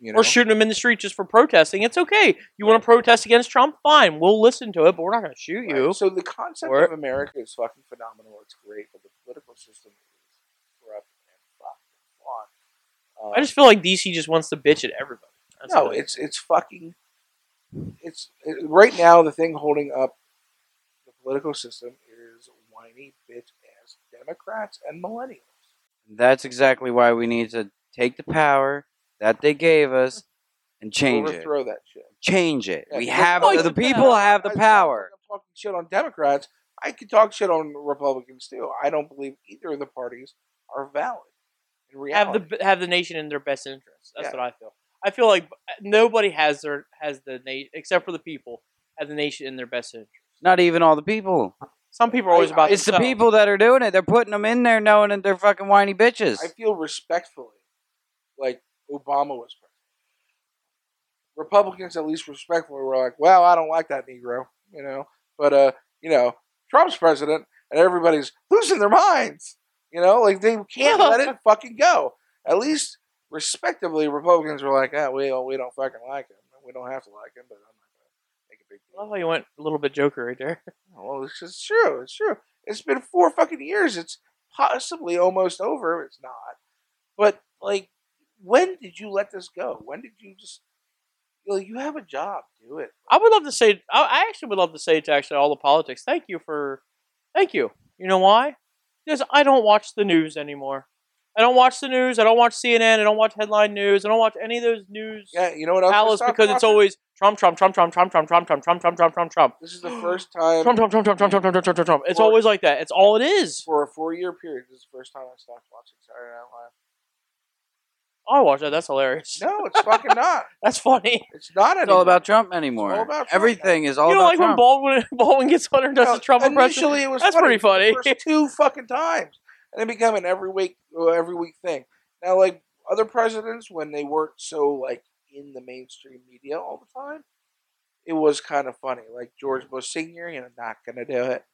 Speaker 5: You know,
Speaker 3: or shooting them in the street just for protesting. It's okay. You want to protest against Trump? Fine, we'll listen to it, but we're not going to shoot
Speaker 5: Right.
Speaker 3: you.
Speaker 5: So the concept
Speaker 3: Or-
Speaker 5: of America is fucking phenomenal. It's great, but the political system is corrupt and fucked and flawed. Um,
Speaker 3: I just feel like DC just wants to bitch at everybody. That's
Speaker 5: no,
Speaker 3: the thing.
Speaker 5: it's it's fucking. It's it, right now the thing holding up the political system is whiny bitch ass Democrats and millennials.
Speaker 4: That's exactly why we need to take the power that they gave us and change it.
Speaker 5: Overthrow that shit.
Speaker 4: Change it.
Speaker 5: Yeah,
Speaker 4: we
Speaker 5: because-
Speaker 4: have
Speaker 3: Like
Speaker 4: the,
Speaker 3: the
Speaker 4: people
Speaker 3: power.
Speaker 4: have the
Speaker 5: I-
Speaker 4: power.
Speaker 5: I'm talking shit on Democrats. I could talk shit on Republicans too. I don't believe either of the parties are valid. In reality,
Speaker 3: have the have the nation in their best interest. That's
Speaker 5: Yeah.
Speaker 3: what I feel. I feel like nobody has their has the nation except for the people have the nation in their best interest.
Speaker 4: Not even all the people.
Speaker 3: Some people are always about
Speaker 4: It's the
Speaker 3: themselves.
Speaker 4: people that are doing it. They're putting them in there knowing that they're fucking whiny bitches.
Speaker 5: I feel respectfully, like Obama was president. Republicans, at least respectfully, were like, "Well, I don't like that Negro," you know. But uh, you know, Trump's president, and everybody's losing their minds. You know, like they can't let it fucking go. At least, respectively, Republicans were like, "Ah, we don't, we don't fucking like him. We don't have to like him, but I'm not gonna make a big
Speaker 3: I love
Speaker 5: deal."
Speaker 3: how you went a little bit Joker right there.
Speaker 5: Well, it's just true. It's true. It's been four fucking years. It's possibly almost over. It's not. But like, when did you let this go? When did you just? You, know, you have a job. Do it.
Speaker 3: I would love to say, I, I actually would love to say to actually all the politics, thank you for, thank you. You know why? Because I don't watch the news anymore. I don't watch the news. I don't watch CNN. I don't watch headline news. I don't watch any of those news
Speaker 5: Yeah, you know what else? I
Speaker 3: outlets
Speaker 5: stopped
Speaker 3: because it's
Speaker 5: watching?
Speaker 3: always Trump, Trump, Trump, Trump, Trump, Trump, Trump, Trump, Trump, Trump, Trump, Trump, Trump.
Speaker 5: This is the first time
Speaker 3: Trump, Trump, Trump, Trump, Trump, Trump, Trump, Trump, Trump, Trump. It's
Speaker 5: Or-
Speaker 3: always like that. It's all it is.
Speaker 5: for a four-year period. This is the first time I stopped watching Saturday Night
Speaker 3: Oh, I watch that. That's hilarious.
Speaker 5: Live. No, it's fucking not.
Speaker 3: That's funny.
Speaker 5: It's not
Speaker 4: It's
Speaker 5: anymore.
Speaker 4: all about Trump anymore.
Speaker 5: It's all about Trump
Speaker 4: Everything is all
Speaker 3: you know,
Speaker 4: about
Speaker 3: like when
Speaker 4: Trump.
Speaker 3: Baldwin Baldwin gets on and does
Speaker 5: No,
Speaker 3: the Trump impression.
Speaker 5: Initially, it was
Speaker 3: That's
Speaker 5: funny.
Speaker 3: pretty funny.
Speaker 5: The first two fucking times, and it became an every week, uh, every week thing. Now, like other presidents, when they weren't so like in the mainstream media all the time, it was kind of funny. Like George Bush Senior, you know, not gonna do it.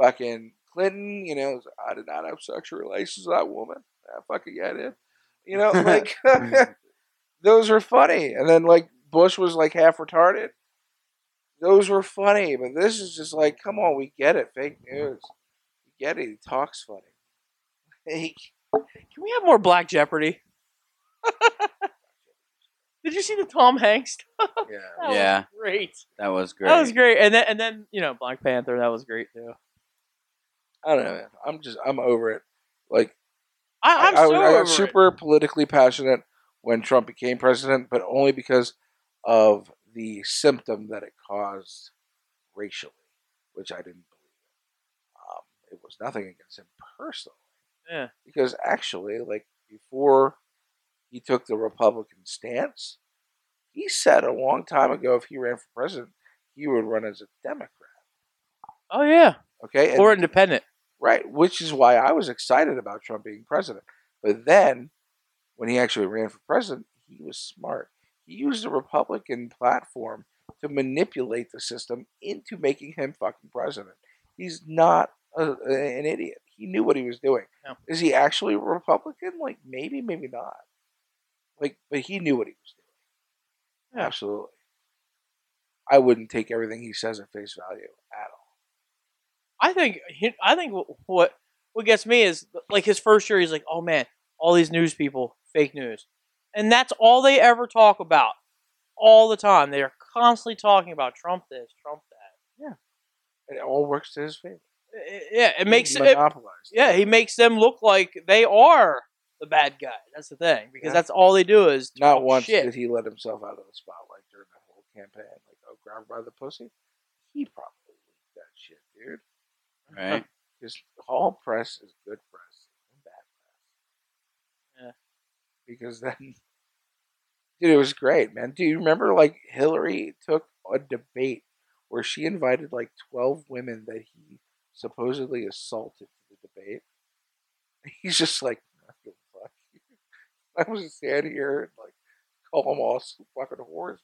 Speaker 5: Fucking Clinton, you know, it was, I did not have sexual relations with that woman. Ah, fucking yeah, I did. You know, like those were funny. And then like Bush was like half retarded. Those were funny, but this is just like, come on, we get it. Fake news. We get it. He talks funny. Like,
Speaker 3: Can we have more Black Jeopardy? Did you see the Tom Hanks?
Speaker 5: yeah.
Speaker 3: That was
Speaker 4: Yeah.
Speaker 3: great.
Speaker 4: That was great.
Speaker 3: That was great. And then and then you know Black Panther. That was great too.
Speaker 5: I don't know. Man. I'm just, I'm over it. Like,
Speaker 3: I, I'm
Speaker 5: I, I
Speaker 3: so
Speaker 5: was, I got
Speaker 3: over it.
Speaker 5: super politically passionate when Trump became president, but only because of the symptom that it caused racially, which I didn't believe. Um, it was nothing against him personally.
Speaker 3: Yeah.
Speaker 5: Because actually, like before he took the Republican stance, he said a long time ago if he ran for president, he would run as a Democrat.
Speaker 3: Oh yeah,
Speaker 5: Okay. And
Speaker 3: or independent.
Speaker 5: Right, which is why I was excited about Trump being president. But then, when he actually ran for president, he was smart. He used the Republican platform to manipulate the system into making him fucking president. He's not a, a- an idiot. He knew what he was doing.
Speaker 3: No.
Speaker 5: Is he actually a Republican? Like maybe, maybe not. Like, but he knew what he was doing.
Speaker 3: Yeah.
Speaker 5: Absolutely. I wouldn't take everything he says at face value at all.
Speaker 3: I think he- I think wh- what what gets me is like his first year. He's like, oh man, all these news people, fake news, and that's all they ever talk about, all the time. They are constantly talking about Trump this, Trump that.
Speaker 5: And it all works to his favor.
Speaker 3: I- I- Yeah, it makes
Speaker 5: He's
Speaker 3: it.
Speaker 5: monopolized.
Speaker 3: Yeah, he makes them look like they are the bad guy. That's the thing because
Speaker 5: Yeah.
Speaker 3: that's all they do is
Speaker 5: Not
Speaker 3: talk
Speaker 5: once
Speaker 3: oh, shit.
Speaker 5: did he let himself out of the spotlight during the whole campaign. Like, oh, grab her by the pussy. He probably leaked that shit, dude.
Speaker 4: right?
Speaker 5: Because all press is good press and bad press.
Speaker 3: Yeah.
Speaker 5: Because then, dude, it was great, man. Do you remember like Hillary took a debate where she invited like twelve women that he supposedly assaulted to the debate? He's just like, I don't give a fuck. I was just standing here and like call them all fucking whores,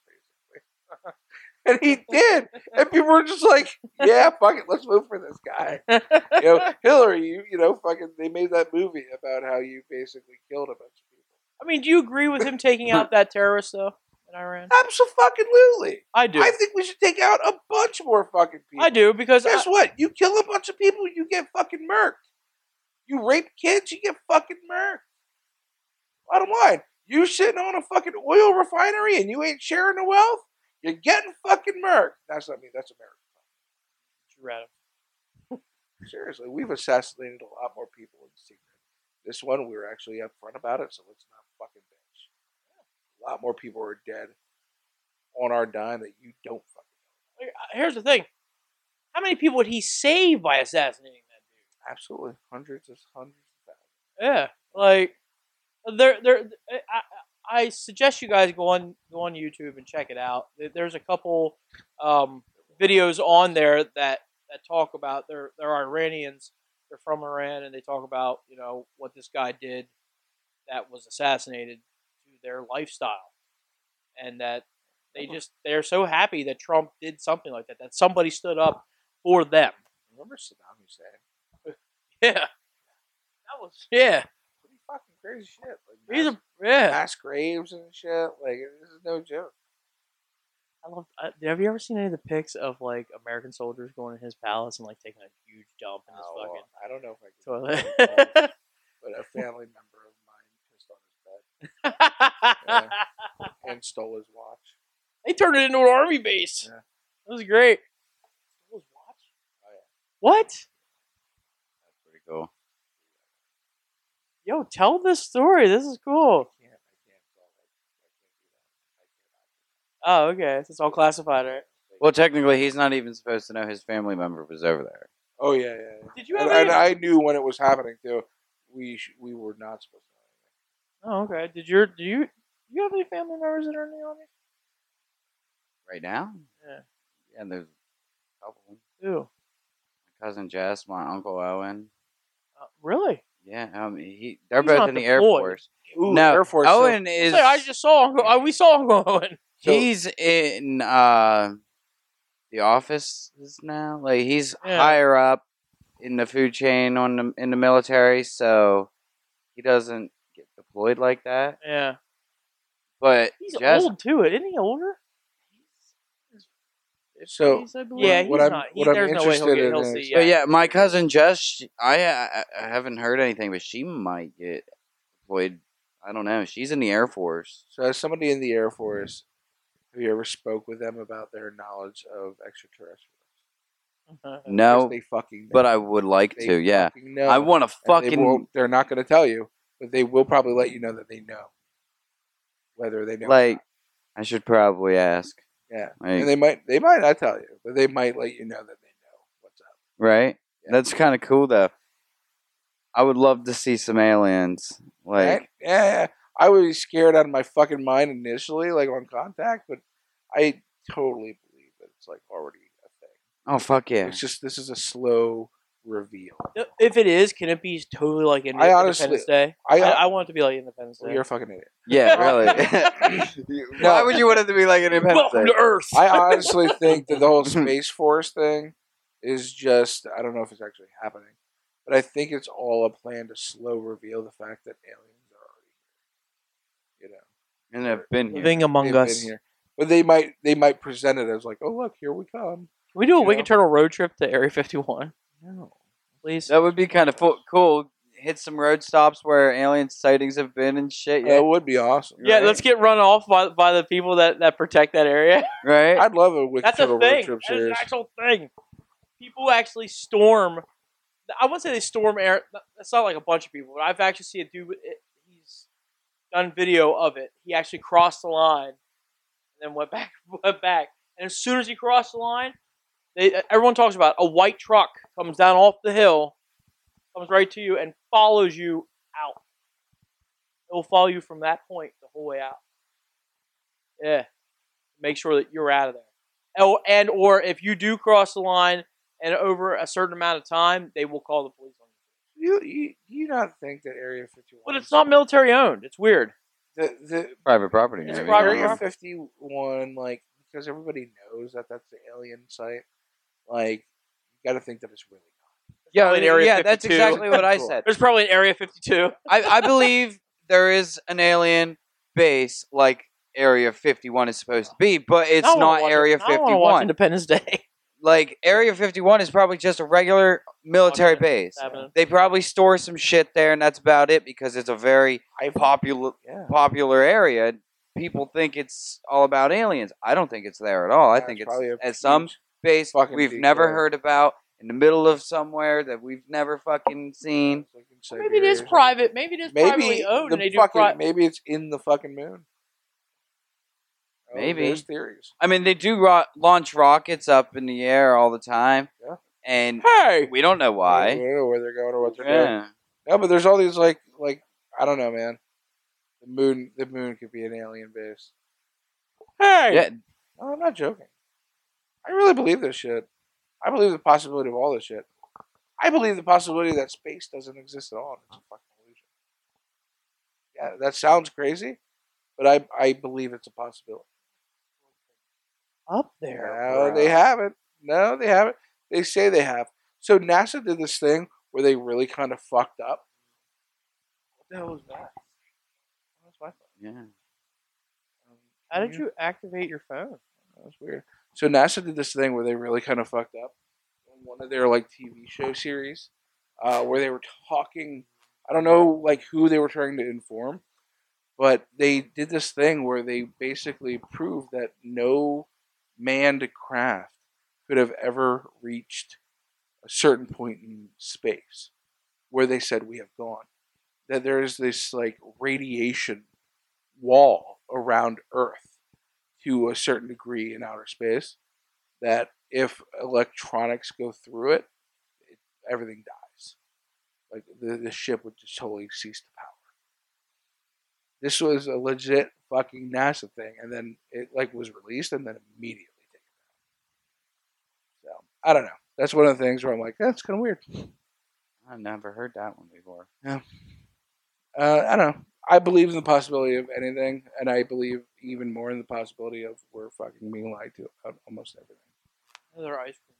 Speaker 5: basically. and he did, and people were just like, "Yeah, fuck it, let's vote for this guy." you know, Hillary, you, you know, fucking, they made that movie about how you basically killed a bunch of people.
Speaker 3: I mean, do you agree with him taking out that terrorist though in Iran?
Speaker 5: Absolutely.
Speaker 3: I do.
Speaker 5: I
Speaker 3: I,
Speaker 5: think we should take out a bunch more fucking people.
Speaker 3: do because I,
Speaker 5: Guess what? You kill a bunch of people, you get fucking murked. You rape kids, you get fucking murked. Bottom line, you sitting on a fucking oil refinery and you ain't sharing the wealth, you're getting fucking murked. That's not me, that's America. Seriously, we've assassinated a lot more people in secret. This one, we were actually upfront about it, so let's not fucking bitch. A lot more people are dead on our dime that you don't fucking
Speaker 3: Like, uh, here's the thing: how many people would he save by assassinating that
Speaker 5: Absolutely. Hundreds of hundreds of thousands.
Speaker 3: dude? Yeah, like there, there. I, I- I suggest you guys go on go on YouTube and check it out. There- There's a couple um, videos on there that that talk about they're they're Iranians. They're from Iran, and they talk about you know what this guy did that was assassinated to their lifestyle, and that they just they're so happy that Trump did something like that, that somebody stood up for them.
Speaker 5: Remember Saddam Hussein?
Speaker 3: Yeah, that was yeah.
Speaker 5: Pretty fucking crazy shit. Like
Speaker 3: He's
Speaker 5: mass,
Speaker 3: a yeah.
Speaker 5: mass graves and shit. Like this is no joke.
Speaker 3: I love. Uh, have you ever seen any of the pics of like American soldiers going in his palace and like taking a huge dump in his
Speaker 5: Oh,
Speaker 3: fucking
Speaker 5: I don't know if I can.
Speaker 3: toilet?
Speaker 5: but a family member of mine pissed on his bed and stole his watch.
Speaker 3: They turned it into an army base.
Speaker 5: Yeah.
Speaker 3: That was great.
Speaker 5: Oh, yeah.
Speaker 3: What?
Speaker 4: That's pretty cool.
Speaker 3: Yo, tell this story. This is cool.
Speaker 5: I can't. I can't. tell, like, I can't do that. I cannot.
Speaker 3: Oh, okay. It's all classified, right?
Speaker 4: Well, technically, he's not even supposed to know his family member was over there.
Speaker 5: Oh yeah, yeah. yeah.
Speaker 3: Did you
Speaker 5: And,
Speaker 3: have
Speaker 5: and
Speaker 3: any?
Speaker 5: I knew when it was happening too. We sh- we were not supposed to. Know anything.
Speaker 3: Oh, okay. Did your do you do you have any family members that are in the army?
Speaker 4: Right now?
Speaker 3: Yeah.
Speaker 4: Yeah, there's a couple.
Speaker 3: Ew.
Speaker 4: My cousin Jess, my uncle Owen.
Speaker 3: Uh, really?
Speaker 4: Yeah, um, he, they're
Speaker 3: He's
Speaker 4: both
Speaker 3: not
Speaker 4: in the Air
Speaker 3: deployed.
Speaker 4: Force.
Speaker 5: Ooh,
Speaker 4: no,
Speaker 5: Air Force. so-
Speaker 4: Owen is.
Speaker 3: Say, I just saw Uncle. uh, we saw Uncle Owen.
Speaker 5: so-
Speaker 4: he's in uh, the offices now. Like he's
Speaker 3: Yeah.
Speaker 4: higher up in the food chain on the, in the military, so he doesn't get deployed like that.
Speaker 3: Yeah.
Speaker 4: But
Speaker 3: He's
Speaker 4: Jess,
Speaker 3: old too. Isn't he older?
Speaker 5: So
Speaker 3: yeah,
Speaker 5: what
Speaker 3: he's
Speaker 5: I'm-
Speaker 3: not. He,
Speaker 5: what I'm
Speaker 3: there's no way he'll
Speaker 5: interested
Speaker 3: get.
Speaker 5: in
Speaker 3: He'll
Speaker 5: is-
Speaker 3: see.
Speaker 4: but yeah, my cousin Jess, she, I, I I haven't heard anything, but she might get deployed. I don't know. She's in the Air Force.
Speaker 5: so as somebody in the Air Force, have you ever spoke with them about their knowledge of extraterrestrials?
Speaker 3: yeah.
Speaker 5: Yes,
Speaker 4: No,
Speaker 5: they fucking.
Speaker 4: but I would like
Speaker 5: They
Speaker 4: to. Yeah,
Speaker 5: fucking know.
Speaker 4: I want to
Speaker 5: And They
Speaker 4: fucking
Speaker 5: won't, they're not going to tell you, but they will probably let you know that they know. Whether they know, or
Speaker 4: like.
Speaker 5: not.
Speaker 4: I should probably ask.
Speaker 5: yeah,
Speaker 4: Like,
Speaker 5: and they might they might not tell you, but they might let you know that they know what's up.
Speaker 4: Right?
Speaker 5: Yeah.
Speaker 4: That's kind of cool, though. I would love to see some aliens. Like,
Speaker 5: Right? yeah, yeah. I was scared out of my fucking mind initially, like on contact, but I totally believe that it's like already a thing.
Speaker 4: oh, fuck yeah.
Speaker 5: It's just this is a slow reveal.
Speaker 3: If it is, can it be totally like Inde-
Speaker 5: I honestly-
Speaker 3: Independence Day?
Speaker 5: I,
Speaker 3: I, I want it to be like Independence Day.
Speaker 5: you're a fucking idiot.
Speaker 4: Yeah, really. Why would you want it to be like an Independence
Speaker 3: Welcome
Speaker 4: Day?
Speaker 3: to Earth.
Speaker 5: I honestly think that the whole space force thing is just I don't know if it's actually happening, but I think it's all a plan to slow reveal the fact that aliens are already here. You know.
Speaker 4: And I've been here.
Speaker 3: Living among
Speaker 5: they've
Speaker 3: us.
Speaker 5: been here. But they might they might present it as like, oh look, here we come.
Speaker 3: Can we do a
Speaker 5: You know?
Speaker 3: Wicked Turtle road trip to Area 51,
Speaker 5: No.
Speaker 3: please?
Speaker 4: That would be kind of fo- cool. Hit some road stops where alien sightings have been and shit. Yeah.
Speaker 5: That would be awesome.
Speaker 3: yeah, let's get run off by, by the people that, that protect that area.
Speaker 4: Right?
Speaker 5: I'd love a Wicked
Speaker 3: That's a
Speaker 5: Turtle road
Speaker 3: thing.
Speaker 5: trip
Speaker 3: That is an
Speaker 5: series.
Speaker 3: actual thing. People actually storm. I wouldn't say they storm air. That's not like a bunch of people, but I've actually seen a dude. with It, he's done video of it. He actually crossed the line and then went back. Went back, and as soon as he crossed the line, they everyone talks about a white truck comes down off the hill, comes right to you, and follows you out. It will follow you from that point the whole way out. Yeah, make sure that you're out of there. Oh, and or if you do cross the line and over a certain amount of time, they will call the police on you.
Speaker 5: You, you you not think that Area 51?
Speaker 3: But
Speaker 5: is-
Speaker 3: it's not military owned. It's weird.
Speaker 5: the the
Speaker 4: private property.
Speaker 3: It's
Speaker 4: maybe.
Speaker 3: private
Speaker 5: Area
Speaker 3: property.
Speaker 5: 51 like because everybody knows that that's the alien site. Like you got to think that it's really not.
Speaker 4: Yeah,
Speaker 3: Probably in Area
Speaker 4: yeah that's
Speaker 3: 52.
Speaker 4: exactly what I
Speaker 5: Cool.
Speaker 4: said.
Speaker 3: There's probably an Area 52.
Speaker 4: I, I believe there is an alien base like Area 51 is supposed to be, but it's
Speaker 3: I wanna
Speaker 4: not
Speaker 3: watch-
Speaker 4: Area
Speaker 3: I wanna watch
Speaker 4: 51.
Speaker 3: Independence Day.
Speaker 4: Like Area 51 is probably just a regular military
Speaker 3: Watch it.
Speaker 4: base.
Speaker 3: It's happening.
Speaker 4: They probably store some shit there, and that's about it because it's a very
Speaker 5: I
Speaker 4: popular
Speaker 5: yeah.
Speaker 4: popular area. People think it's all about aliens. I don't think it's there at all. I
Speaker 5: That's
Speaker 4: think it's
Speaker 5: probably a
Speaker 4: at some
Speaker 5: huge-
Speaker 4: base
Speaker 5: fucking
Speaker 4: we've
Speaker 5: deep
Speaker 4: never
Speaker 5: area.
Speaker 4: heard about in the middle of somewhere that we've never fucking seen.
Speaker 5: like in
Speaker 3: Maybe it
Speaker 5: Siberia or
Speaker 3: is
Speaker 5: something.
Speaker 3: private. Maybe it is
Speaker 5: Maybe
Speaker 3: privately owned,
Speaker 5: the
Speaker 3: and they do.
Speaker 5: fucking,
Speaker 3: pri-
Speaker 5: maybe it's in the fucking moon. Oh,
Speaker 4: Maybe.
Speaker 5: there's theories.
Speaker 4: I mean, they do ro- launch rockets up in the air all the time,
Speaker 5: Yeah.
Speaker 4: and
Speaker 3: hey,
Speaker 4: we don't know
Speaker 5: We
Speaker 4: why.
Speaker 5: don't know where they're going or what they're doing.
Speaker 4: Yeah.
Speaker 5: No, but there's all these like like I don't know, man. The moon the moon could be an alien base.
Speaker 3: hey.
Speaker 4: yeah,
Speaker 5: No, I'm not joking. I really believe this shit. I believe the possibility of all this shit. I believe the possibility that space doesn't exist at all. It's a fucking illusion. Yeah, that sounds crazy, but I I believe it's a possibility.
Speaker 3: Up there.
Speaker 5: no,
Speaker 3: bruh.
Speaker 5: they haven't. No, they haven't. They say they have. So NASA did this thing where they really kind of fucked up. What the hell was that? That's my phone.
Speaker 4: Yeah.
Speaker 5: Um,
Speaker 3: How
Speaker 5: can
Speaker 3: did you activate your phone?
Speaker 5: That was weird. So NASA did this thing where they really kind of fucked up in one of their like TV show series, uh, where they were talking. I don't know like who they were trying to inform, but they did this thing where they basically proved that no manned craft could have ever reached a certain point in space where they said we have gone. That there is this like radiation wall around Earth to a certain degree in outer space that if electronics go through it, it everything dies. Like the, the ship would just totally cease to power. This was a legit fucking NASA thing, and then it like was released and then immediately taken down. So I don't know. That's one of the things where I'm like, that's kind of weird.
Speaker 4: I've never heard that one before.
Speaker 5: Uh, I don't know. I believe in the possibility of anything, and I believe even more in the possibility of we're fucking being lied to about almost everything.
Speaker 3: Another ice cream.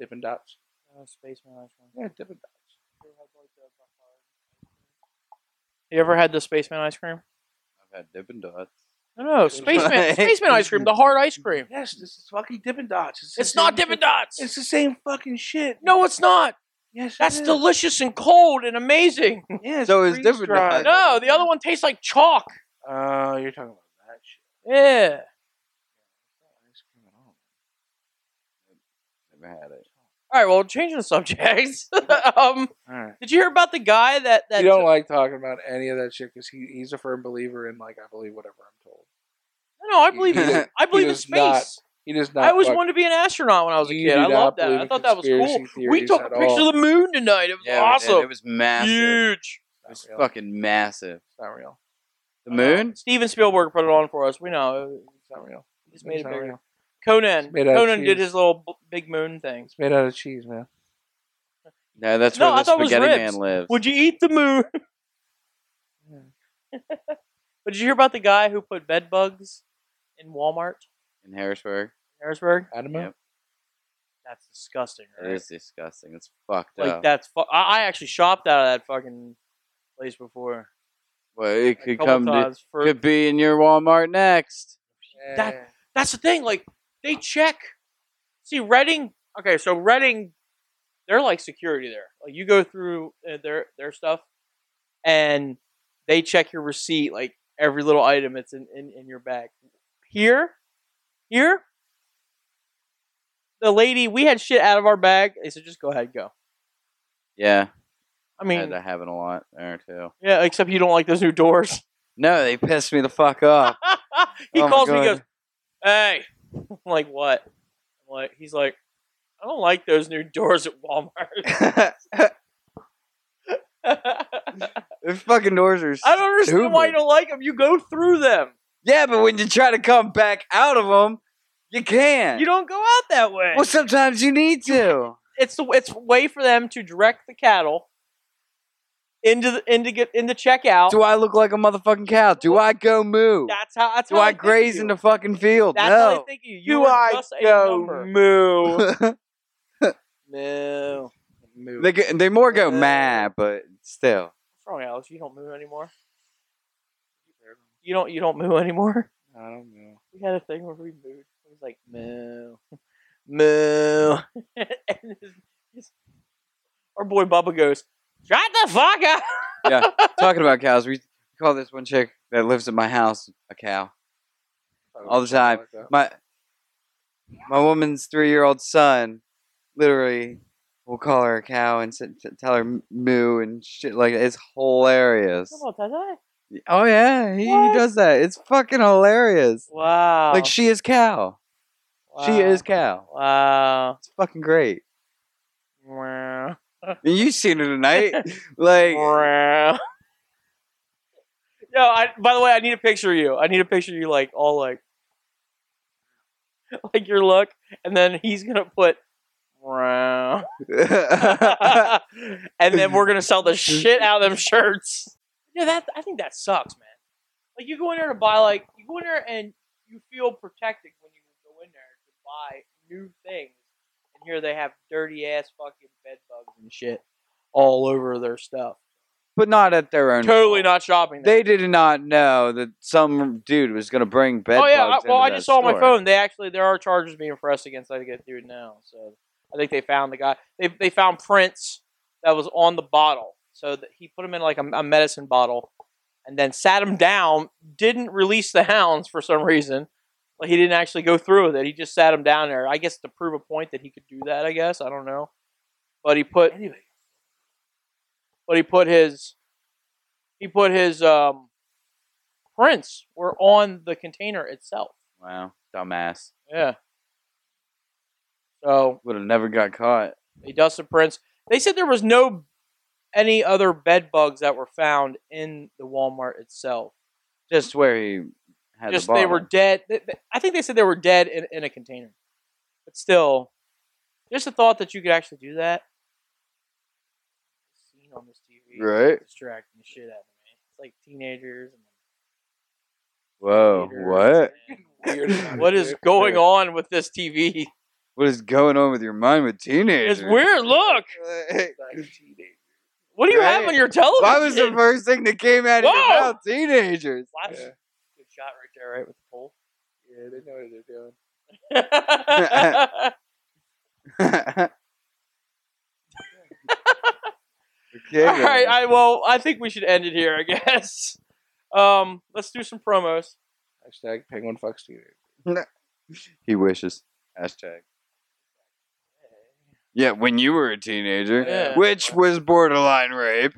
Speaker 5: Dippin' dots.
Speaker 3: Uh, spaceman ice cream.
Speaker 5: Yeah, Dippin' Dots.
Speaker 3: You ever had the spaceman ice cream?
Speaker 4: I've had Dippin' Dots.
Speaker 3: No, no, spaceman, spaceman ice cream, the hard ice cream.
Speaker 5: Yes, this is fucking Dippin' Dots. the
Speaker 3: It's not
Speaker 5: same
Speaker 3: Dippin'
Speaker 5: shit.
Speaker 3: Dots.
Speaker 5: It's the same fucking shit.
Speaker 3: no, it's not.
Speaker 5: Yes, it
Speaker 3: That's
Speaker 5: is.
Speaker 3: delicious and cold and amazing.
Speaker 5: Yeah,
Speaker 4: So it's
Speaker 5: freeze
Speaker 4: Dippin'
Speaker 5: dried.
Speaker 4: Dots.
Speaker 3: No, the other one tastes like chalk.
Speaker 5: Oh, you're talking about that shit.
Speaker 3: Yeah.
Speaker 5: Ice cream at all.
Speaker 4: Never had it.
Speaker 3: All right. Well, changing the subject. um,
Speaker 5: All right.
Speaker 3: did you hear about the guy that that?
Speaker 5: You don't like talking about any of that shit because he, he's a firm believer in like I believe whatever I'm told.
Speaker 3: no, no, I believe in, I believe in
Speaker 5: does not-
Speaker 3: space.
Speaker 5: He does not.
Speaker 3: I always
Speaker 5: fuck-
Speaker 3: wanted to be an astronaut when I was a
Speaker 5: You
Speaker 3: kid.
Speaker 5: do
Speaker 3: I
Speaker 5: not
Speaker 3: loved that.
Speaker 5: believe
Speaker 3: I
Speaker 5: in
Speaker 3: thought that was cool.
Speaker 5: conspiracy
Speaker 3: We
Speaker 5: theories
Speaker 3: took a
Speaker 5: at
Speaker 3: picture
Speaker 5: all.
Speaker 3: of the moon tonight. It was
Speaker 4: Yeah, we did.
Speaker 3: awesome.
Speaker 4: It was massive.
Speaker 3: huge.
Speaker 4: It was
Speaker 5: Not real.
Speaker 4: fucking massive.
Speaker 5: It's not real.
Speaker 4: The moon?
Speaker 3: Uh, Steven Spielberg put it on for us. We know.
Speaker 5: It's not real.
Speaker 3: He just made
Speaker 5: It's
Speaker 3: it
Speaker 5: not
Speaker 3: bigger.
Speaker 5: real.
Speaker 3: Conan.
Speaker 5: It's made out of
Speaker 3: Conan did
Speaker 5: cheese.
Speaker 3: his little b- big moon thing.
Speaker 5: It's made out of cheese, man.
Speaker 4: No, that's
Speaker 3: No,
Speaker 4: where
Speaker 3: I
Speaker 4: the
Speaker 3: thought it was
Speaker 4: spaghetti
Speaker 3: ribs.
Speaker 4: man lives.
Speaker 3: Would you eat the moon?
Speaker 5: Yeah.
Speaker 3: but did you hear about the guy who put bed bugs in Walmart
Speaker 4: In Harrisburg?
Speaker 3: in Harrisburg?
Speaker 5: Adamo.
Speaker 4: Yep.
Speaker 3: That's disgusting,
Speaker 4: That
Speaker 3: right?
Speaker 4: is disgusting. It's uh, fucked
Speaker 3: like
Speaker 4: up.
Speaker 3: that's fu- I, I actually shopped out of that fucking place before.
Speaker 4: Well, it
Speaker 3: a
Speaker 4: could
Speaker 3: couple
Speaker 4: come to,
Speaker 3: times for-
Speaker 4: could be in your Walmart next.
Speaker 3: That- that's the thing. Like they check. See Reading. Okay, so Reading, they're like security there. Like you go through uh, their their stuff, and they check your receipt, like every little item that's in in, in your bag. Here, here. The lady, we had shit out of our bag. They said, "Just go ahead, go."
Speaker 4: Yeah,
Speaker 3: I
Speaker 4: I had
Speaker 3: mean,
Speaker 4: that happen a lot there too.
Speaker 3: yeah. Except you don't like those new doors.
Speaker 4: No, they pissed me the fuck off.
Speaker 3: he
Speaker 4: Oh my
Speaker 3: calls me. He
Speaker 4: God.
Speaker 3: goes, "Hey," I'm like, "What?" I'm like, he's like, "I don't like those new doors at Walmart." I
Speaker 4: Those fucking doors are.
Speaker 3: don't understand why you
Speaker 4: Stupid.
Speaker 3: don't like them. You go through them.
Speaker 4: Yeah, but when you try to come back out of them, you can't.
Speaker 3: You don't go out that way.
Speaker 4: Well, sometimes you need to.
Speaker 3: It's the it's a way for them to direct the cattle into the into get into checkout.
Speaker 4: Do I look like a motherfucking cow? Do I go moo?
Speaker 3: that's how. That's
Speaker 4: Do
Speaker 3: how
Speaker 4: I
Speaker 3: they
Speaker 4: graze
Speaker 3: think
Speaker 4: in
Speaker 3: of
Speaker 4: the
Speaker 3: you.
Speaker 4: fucking field?
Speaker 3: That's how they
Speaker 4: no.
Speaker 3: think of you. You
Speaker 5: Do
Speaker 3: are
Speaker 5: I
Speaker 3: just a
Speaker 5: go
Speaker 3: number.
Speaker 5: moo?
Speaker 3: No. What's
Speaker 5: Moo.
Speaker 4: they, go, they more go
Speaker 3: Uh,
Speaker 4: mad, but still.
Speaker 3: wrong, Alex? You don't move anymore. You don't. You don't move anymore.
Speaker 5: I don't know.
Speaker 3: we had a thing where we moved. It was like moo, moo, and his, his, our boy Bubba goes, "Shut the fuck up!"
Speaker 4: Talking about cows, we call this one chick that lives at my house a cow. All the time.
Speaker 5: Like that.
Speaker 4: My my woman's three year old son, literally, will call her a cow and sit, t- tell her moo and shit like that. It's hilarious.
Speaker 3: Come on, Tata.
Speaker 4: Oh yeah, he, he
Speaker 3: What?
Speaker 4: does that. It's fucking hilarious.
Speaker 3: Wow.
Speaker 4: Like she is cow. She
Speaker 3: Wow.
Speaker 4: is cow.
Speaker 3: Wow.
Speaker 4: It's fucking great.
Speaker 3: Wow.
Speaker 4: And you seen her tonight? like
Speaker 3: Wow. Yo, I, by the way, I need a picture of you. I need a picture of you, like all like, like your look, and then he's gonna put. Wow. and then we're gonna sell the shit out of them shirts. Yeah, that I think that sucks, man. Like you go in there to buy like you go in there and you feel protected when you go in there to buy new things, and here they have dirty ass fucking bed bugs and shit all over their stuff.
Speaker 4: but not at their own.
Speaker 3: Totally
Speaker 4: fault.
Speaker 3: not shopping. there.
Speaker 4: They did not know that some dude was going to bring bed.
Speaker 3: oh yeah, I,
Speaker 4: bugs
Speaker 3: well I
Speaker 4: into that
Speaker 3: just saw on my
Speaker 4: store.
Speaker 3: phone. They actually there are charges being pressed against that dude now. So I think they found the guy. They they found prints that was on the bottle. So that he put him in like a, a medicine bottle, and then sat him down. Didn't release the hounds for some reason. Like he didn't actually go through with it. He just sat him down there. I guess to prove a point that he could do that. I guess I don't know, but he put
Speaker 5: Anyway.
Speaker 3: but he put his he put his um, prints were on the container itself.
Speaker 4: Wow, dumbass.
Speaker 3: Yeah. So
Speaker 4: Would have never got caught.
Speaker 3: they dusted prints. They said there was no any other bed bugs that were found in the Walmart itself.
Speaker 4: Just where he had
Speaker 3: Just
Speaker 4: the
Speaker 3: they
Speaker 4: bottle.
Speaker 3: were dead. th- th- I think they said they were dead in, in a container. But still, just the thought that you could actually do that. Seen on this TV,
Speaker 4: Right.
Speaker 3: Distracting the shit out of me. It's like teenagers. And
Speaker 4: Whoa,
Speaker 3: theaters
Speaker 4: what?
Speaker 5: Weird about it,
Speaker 3: and- What is
Speaker 5: dude.
Speaker 3: going on with this TV?
Speaker 4: What is going on with your mind with teenagers?
Speaker 3: It's weird. Look,
Speaker 5: Like, teenage.
Speaker 3: what do you have
Speaker 4: Right.
Speaker 3: on your television?
Speaker 4: Why was the first thing that came out of
Speaker 3: Whoa!
Speaker 4: your mouth teenagers?
Speaker 3: Wow.
Speaker 5: Yeah.
Speaker 3: Good shot right there, right with the pole.
Speaker 5: Yeah, they know what they're doing.
Speaker 3: yeah,
Speaker 4: okay.
Speaker 3: All right.
Speaker 4: guys.
Speaker 3: I well, I think we should end it here. I guess. Um, let's do some promos.
Speaker 5: Hashtag penguin fucks teenagers.
Speaker 4: He wishes. Hashtag. Yeah, when you were a teenager,
Speaker 3: Yeah.
Speaker 4: which was borderline rape.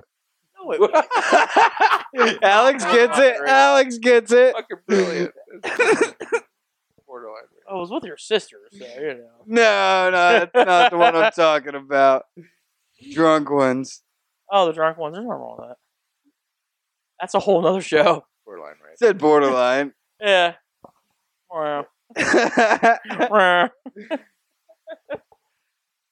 Speaker 3: No, Oh, it was
Speaker 4: Alex gets it. Alex gets it.
Speaker 3: fucking brilliant.
Speaker 5: Brilliant. Borderline.
Speaker 3: I was with your sister, so you know.
Speaker 4: No, no, that's not the one I'm talking about. Drunk ones.
Speaker 3: Oh, the drunk ones. There's nothing wrong with that. That's a whole nother show.
Speaker 5: Borderline, right?
Speaker 4: Said borderline.
Speaker 3: Yeah. Wow.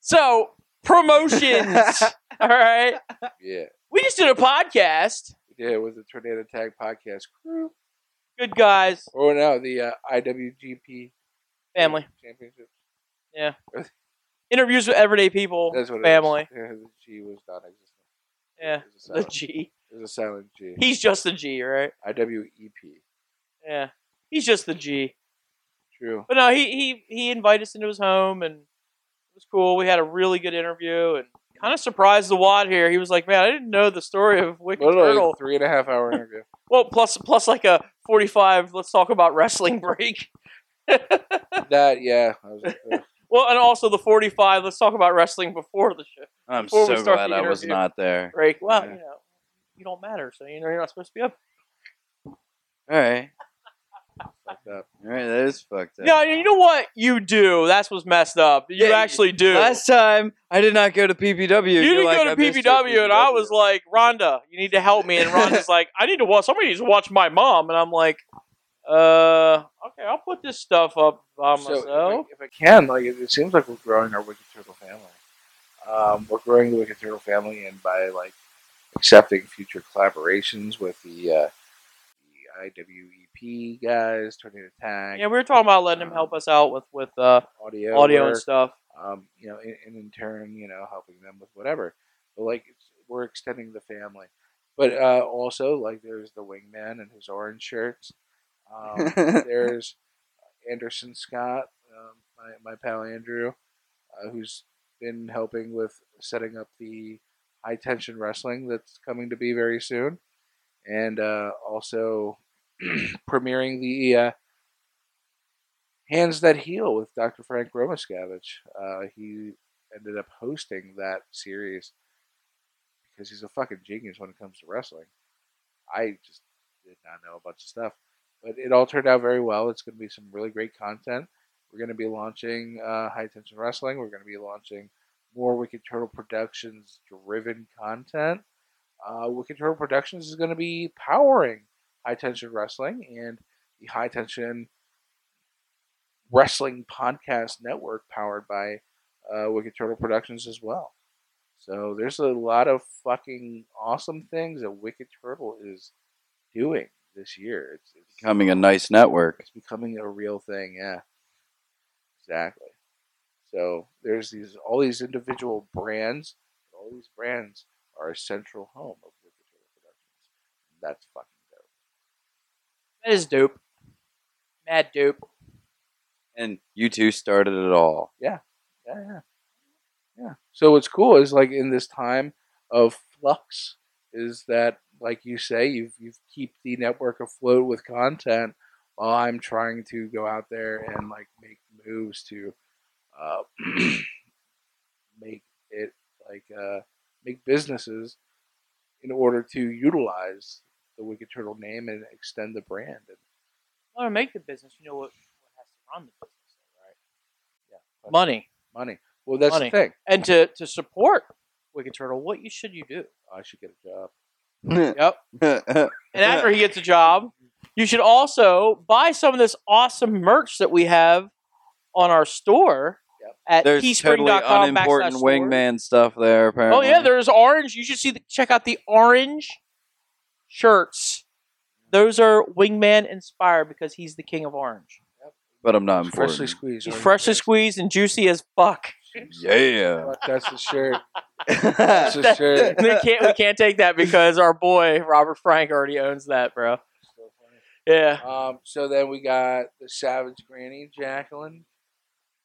Speaker 3: so promotions. All right.
Speaker 5: Yeah.
Speaker 3: We just did a podcast.
Speaker 5: Yeah, it was the Tornado Tag Podcast crew.
Speaker 3: Good guys,
Speaker 5: Or no, the uh, IWGP
Speaker 3: family.
Speaker 5: Championships.
Speaker 3: interviews with everyday people,
Speaker 5: That's what
Speaker 3: family.
Speaker 5: it is. Yeah, the G was non existent.
Speaker 3: Yeah,
Speaker 5: It was a
Speaker 3: the
Speaker 5: silent,
Speaker 3: G.
Speaker 5: it was a silent G. E
Speaker 3: He's just the G, right?
Speaker 5: IWEP.
Speaker 3: Yeah, he's just the G.
Speaker 5: True.
Speaker 3: But no, he he he invited us into his home, and it was cool. We had a really good interview, and kind of surprised the Wad here. He was like, "Man, I didn't know the story of Wicked
Speaker 5: Literally
Speaker 3: Turtle."
Speaker 5: three and a half hour interview.
Speaker 3: Well, plus plus like a forty-five. Let's talk about wrestling break.
Speaker 5: that, yeah. I was like, ugh.
Speaker 3: Well, and also the forty-five. Let's talk about wrestling before the show
Speaker 4: I'm
Speaker 3: Before we
Speaker 4: so
Speaker 3: start
Speaker 4: glad
Speaker 3: the
Speaker 4: I was
Speaker 3: interview.
Speaker 4: not there.
Speaker 3: break. Well,
Speaker 4: Yeah.
Speaker 3: you know, you don't matter, so you know you're not supposed to be up
Speaker 4: All right.
Speaker 5: fucked up.
Speaker 4: All right, that is fucked up.
Speaker 3: No, you know what you do. That's what's messed up. You
Speaker 4: Yeah,
Speaker 3: actually do.
Speaker 4: Last time, I did not go to PPW.
Speaker 3: you
Speaker 4: You're
Speaker 3: didn't
Speaker 4: like,
Speaker 3: go to
Speaker 4: "I missed
Speaker 3: PPW,
Speaker 4: your
Speaker 3: and I was like, Rhonda, you need to help me. And Rhonda's like, I need to watch. Somebody needs to watch my mom. And I'm like, uh, okay, I'll put this stuff up by
Speaker 5: So, if I,
Speaker 3: myself.
Speaker 5: if I can, like it, it seems like we're growing our Wicked Turtle family. Um, we're growing the Wicked Turtle family, and by like accepting future collaborations with the, uh, the IWEP guys, Tornado Tag,
Speaker 3: Yeah, we were talking about letting him help us out with with uh,
Speaker 5: audio,
Speaker 3: audio and
Speaker 5: work,
Speaker 3: stuff.
Speaker 5: um, you know, and, and in turn, you know, helping them with whatever. But like, it's, we're extending the family. But uh, also, like, there's the wingman and his orange shirts. Um, there's Anderson Scott, um, my, my pal Andrew, uh, who's been helping with setting up the high tension wrestling that's coming to be very soon, and uh, also premiering the uh, Hands That Heal with Dr. Frank Romascavige. Uh, he ended up hosting that series because he's a fucking genius when it comes to wrestling. I just did not know a bunch of stuff, but it all turned out very well. It's going to be some really great content. We're going to be launching uh, High Tension Wrestling. We're going to be launching more Wicked Turtle Productions driven content. Uh, Wicked Turtle Productions is going to be powering High Tension Wrestling and the High Tension Wrestling Podcast Network, powered by uh, Wicked Turtle Productions as well. So there's a lot of fucking awesome things that Wicked Turtle is doing this year. It's, it's
Speaker 4: Becoming a nice network.
Speaker 5: it's becoming a real thing. Yeah, exactly. So there's these all these individual brands. All these brands are a central home of Wicked Turtle Productions. That's fucking dope.
Speaker 3: That is dope. Mad dope.
Speaker 4: And you two started it all.
Speaker 5: Yeah, yeah, yeah. So what's cool is like in this time of flux is that like you say you've you've keep the network afloat with content while I'm trying to go out there and like make moves to uh, make it like uh, make businesses in order to utilize the Wicked Turtle name and extend the brand and
Speaker 3: I want to make the business. You know what, what has to run the business, right?
Speaker 5: Yeah.
Speaker 3: Money.
Speaker 5: money. Well, that's
Speaker 3: Money.
Speaker 5: the thing.
Speaker 3: And to, to support Wicked Turtle, what you should you do?
Speaker 5: I should get a job.
Speaker 3: Yep. And after he gets a job, you should also buy some of this awesome merch that we have on our store
Speaker 5: Yep.
Speaker 3: at
Speaker 4: There's totally
Speaker 3: teespring.com backslash
Speaker 4: unimportant
Speaker 3: store.
Speaker 4: wingman stuff there.
Speaker 3: Oh
Speaker 4: Apparently.
Speaker 3: yeah, there's orange. You should see the, check out the orange shirts. Those are wingman inspired because he's the king of orange.
Speaker 4: But I'm not important.
Speaker 5: Freshly squeezed.
Speaker 3: He's
Speaker 5: right?
Speaker 3: freshly squeezed and juicy as fuck.
Speaker 4: Yeah.
Speaker 5: Fuck, that's the shirt.
Speaker 4: That's
Speaker 5: That's the shirt.
Speaker 3: we can't we can't take that because our boy Robert Frank already owns that, bro. Yeah.
Speaker 5: Um, so then we got the Savage Granny, Jacqueline.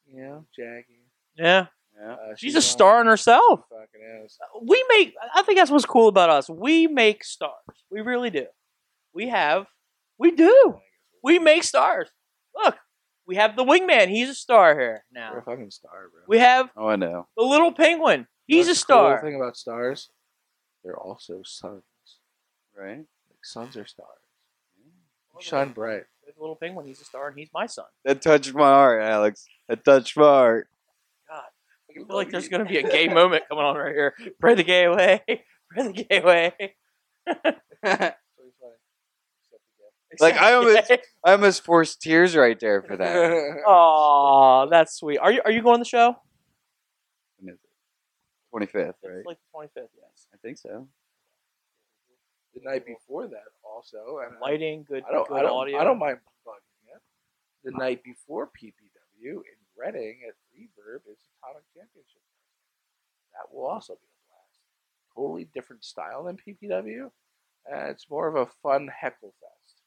Speaker 5: You know, Jackie.
Speaker 3: Yeah.
Speaker 4: Yeah.
Speaker 5: Uh,
Speaker 3: She's a star in herself.
Speaker 5: She fucking is.
Speaker 3: We make I think that's what's cool about us. We make stars. We really do. We have we do. We make stars. Look, we have the wingman, he's a star here
Speaker 5: We're a
Speaker 3: now.
Speaker 5: fucking star, bro.
Speaker 3: We have
Speaker 4: Oh, I know.
Speaker 3: the little penguin. He's a
Speaker 5: That's the cool
Speaker 3: star.
Speaker 5: thing about stars, they're also suns.
Speaker 4: Right.
Speaker 5: Like suns are stars. You shine bright.
Speaker 3: There's a little penguin, he's a star, and he's my son.
Speaker 4: That touched my heart, Alex. That touched my heart.
Speaker 3: I feel like there's gonna be a gay moment coming on right here. Pray the gay away. Pray the gay away.
Speaker 4: Like, I almost- I almost forced tears right there for that.
Speaker 3: Oh, that's sweet. Are you are you going to the show?
Speaker 4: Twenty fifth, right?
Speaker 3: It's like the twenty fifth, yes.
Speaker 4: I think so.
Speaker 5: the night before that, also. And I-
Speaker 3: Lighting, good,
Speaker 5: I don't,
Speaker 3: good
Speaker 5: I don't,
Speaker 3: audio.
Speaker 5: I don't mind plugging it. The night before PPW in Reading at Reverb is Atomic Championship. That will also be a blast. Totally different style than PPW. Uh, it's more of a fun heckle fest.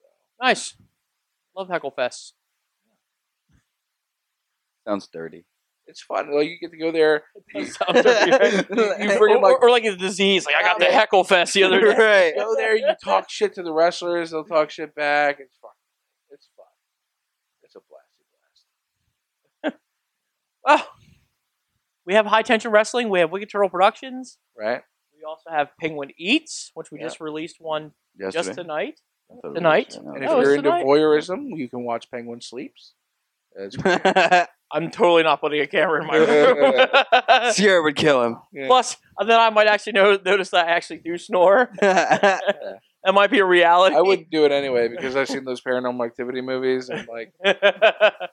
Speaker 5: So,
Speaker 3: Nice. Love Hecklefest.
Speaker 4: Sounds dirty.
Speaker 5: it's fun. Like, you get to go there.
Speaker 3: That sounds dirty.
Speaker 5: You
Speaker 3: or,
Speaker 5: bring like
Speaker 3: or- or like a disease. Like I got the Hecklefest the other day.
Speaker 4: right.
Speaker 5: go there. You talk shit to the wrestlers. They'll talk shit back. It's fun. It's fun. It's a blasty blast.
Speaker 3: Oh. We have High Tension Wrestling. We have Wicked Turtle Productions.
Speaker 5: Right?
Speaker 3: We also have Penguin Eats, which we
Speaker 5: Yeah.
Speaker 3: just released one
Speaker 4: Yesterday.
Speaker 3: just tonight.
Speaker 4: I thought it was
Speaker 3: tonight.
Speaker 4: yesterday.
Speaker 5: And
Speaker 4: No,
Speaker 5: if
Speaker 3: Oh,
Speaker 5: you're
Speaker 3: it's
Speaker 5: into
Speaker 3: tonight.
Speaker 5: voyeurism, you can watch Penguin Sleeps. It's
Speaker 3: I'm totally not putting a camera in my room.
Speaker 4: Oh. Sierra would kill him.
Speaker 3: Plus, and then I might actually no- notice that I actually do snore. That might be a reality.
Speaker 5: I wouldn't do it anyway because I've seen those paranormal activity movies and like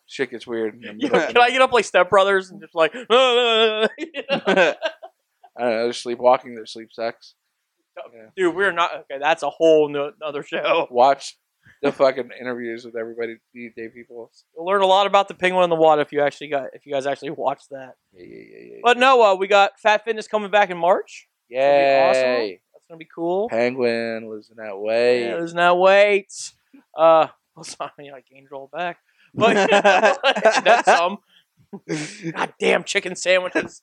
Speaker 5: shit gets weird. In the
Speaker 3: You
Speaker 5: middle
Speaker 3: know,
Speaker 5: of
Speaker 3: can
Speaker 5: the
Speaker 3: I
Speaker 5: night.
Speaker 3: get up like Step Brothers and just like
Speaker 5: I don't know. They're sleepwalking. They're sleep sex.
Speaker 3: dude, we're not okay. That's a whole no- other show.
Speaker 5: Watch the fucking interviews with everybody these day people.
Speaker 3: You'll learn a lot about the penguin in the water if you actually got if you guys actually watch that.
Speaker 5: Yeah, yeah, yeah, yeah.
Speaker 3: But no, uh, we got Fat Fitness coming back in March.
Speaker 5: yeah.
Speaker 3: awesome.
Speaker 5: Yay!
Speaker 3: That's gonna be cool.
Speaker 5: Penguin lives in that way.
Speaker 3: Yeah, there's no wait. Uh, well, sorry, I gained it all back. But that's some goddamn chicken sandwiches.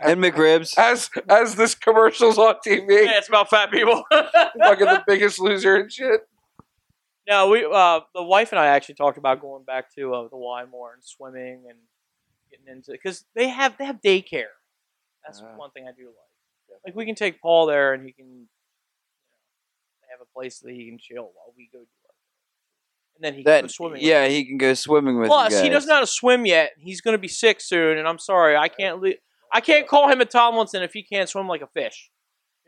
Speaker 4: and McRibs.
Speaker 5: As as this commercial's on TV,
Speaker 3: Yeah, it's about fat people.
Speaker 5: fucking the Biggest Loser and shit.
Speaker 3: No, we uh, the wife and I actually talked about going back to uh, the Wymore and swimming and getting into because they have they have daycare. That's
Speaker 5: Ah.
Speaker 3: one thing I do like.
Speaker 5: Yeah.
Speaker 3: Like we can take Paul there and he can you know, they have a place that he can chill while we go do our and then he can
Speaker 4: That,
Speaker 3: go swimming.
Speaker 4: yeah, he can go swimming with
Speaker 3: Plus,
Speaker 4: you
Speaker 3: he
Speaker 4: guys.
Speaker 3: doesn't know how to swim yet. He's going to be sick soon, and I'm sorry, I can't. Le- I can't call him a Tomlinson if he can't swim like a fish.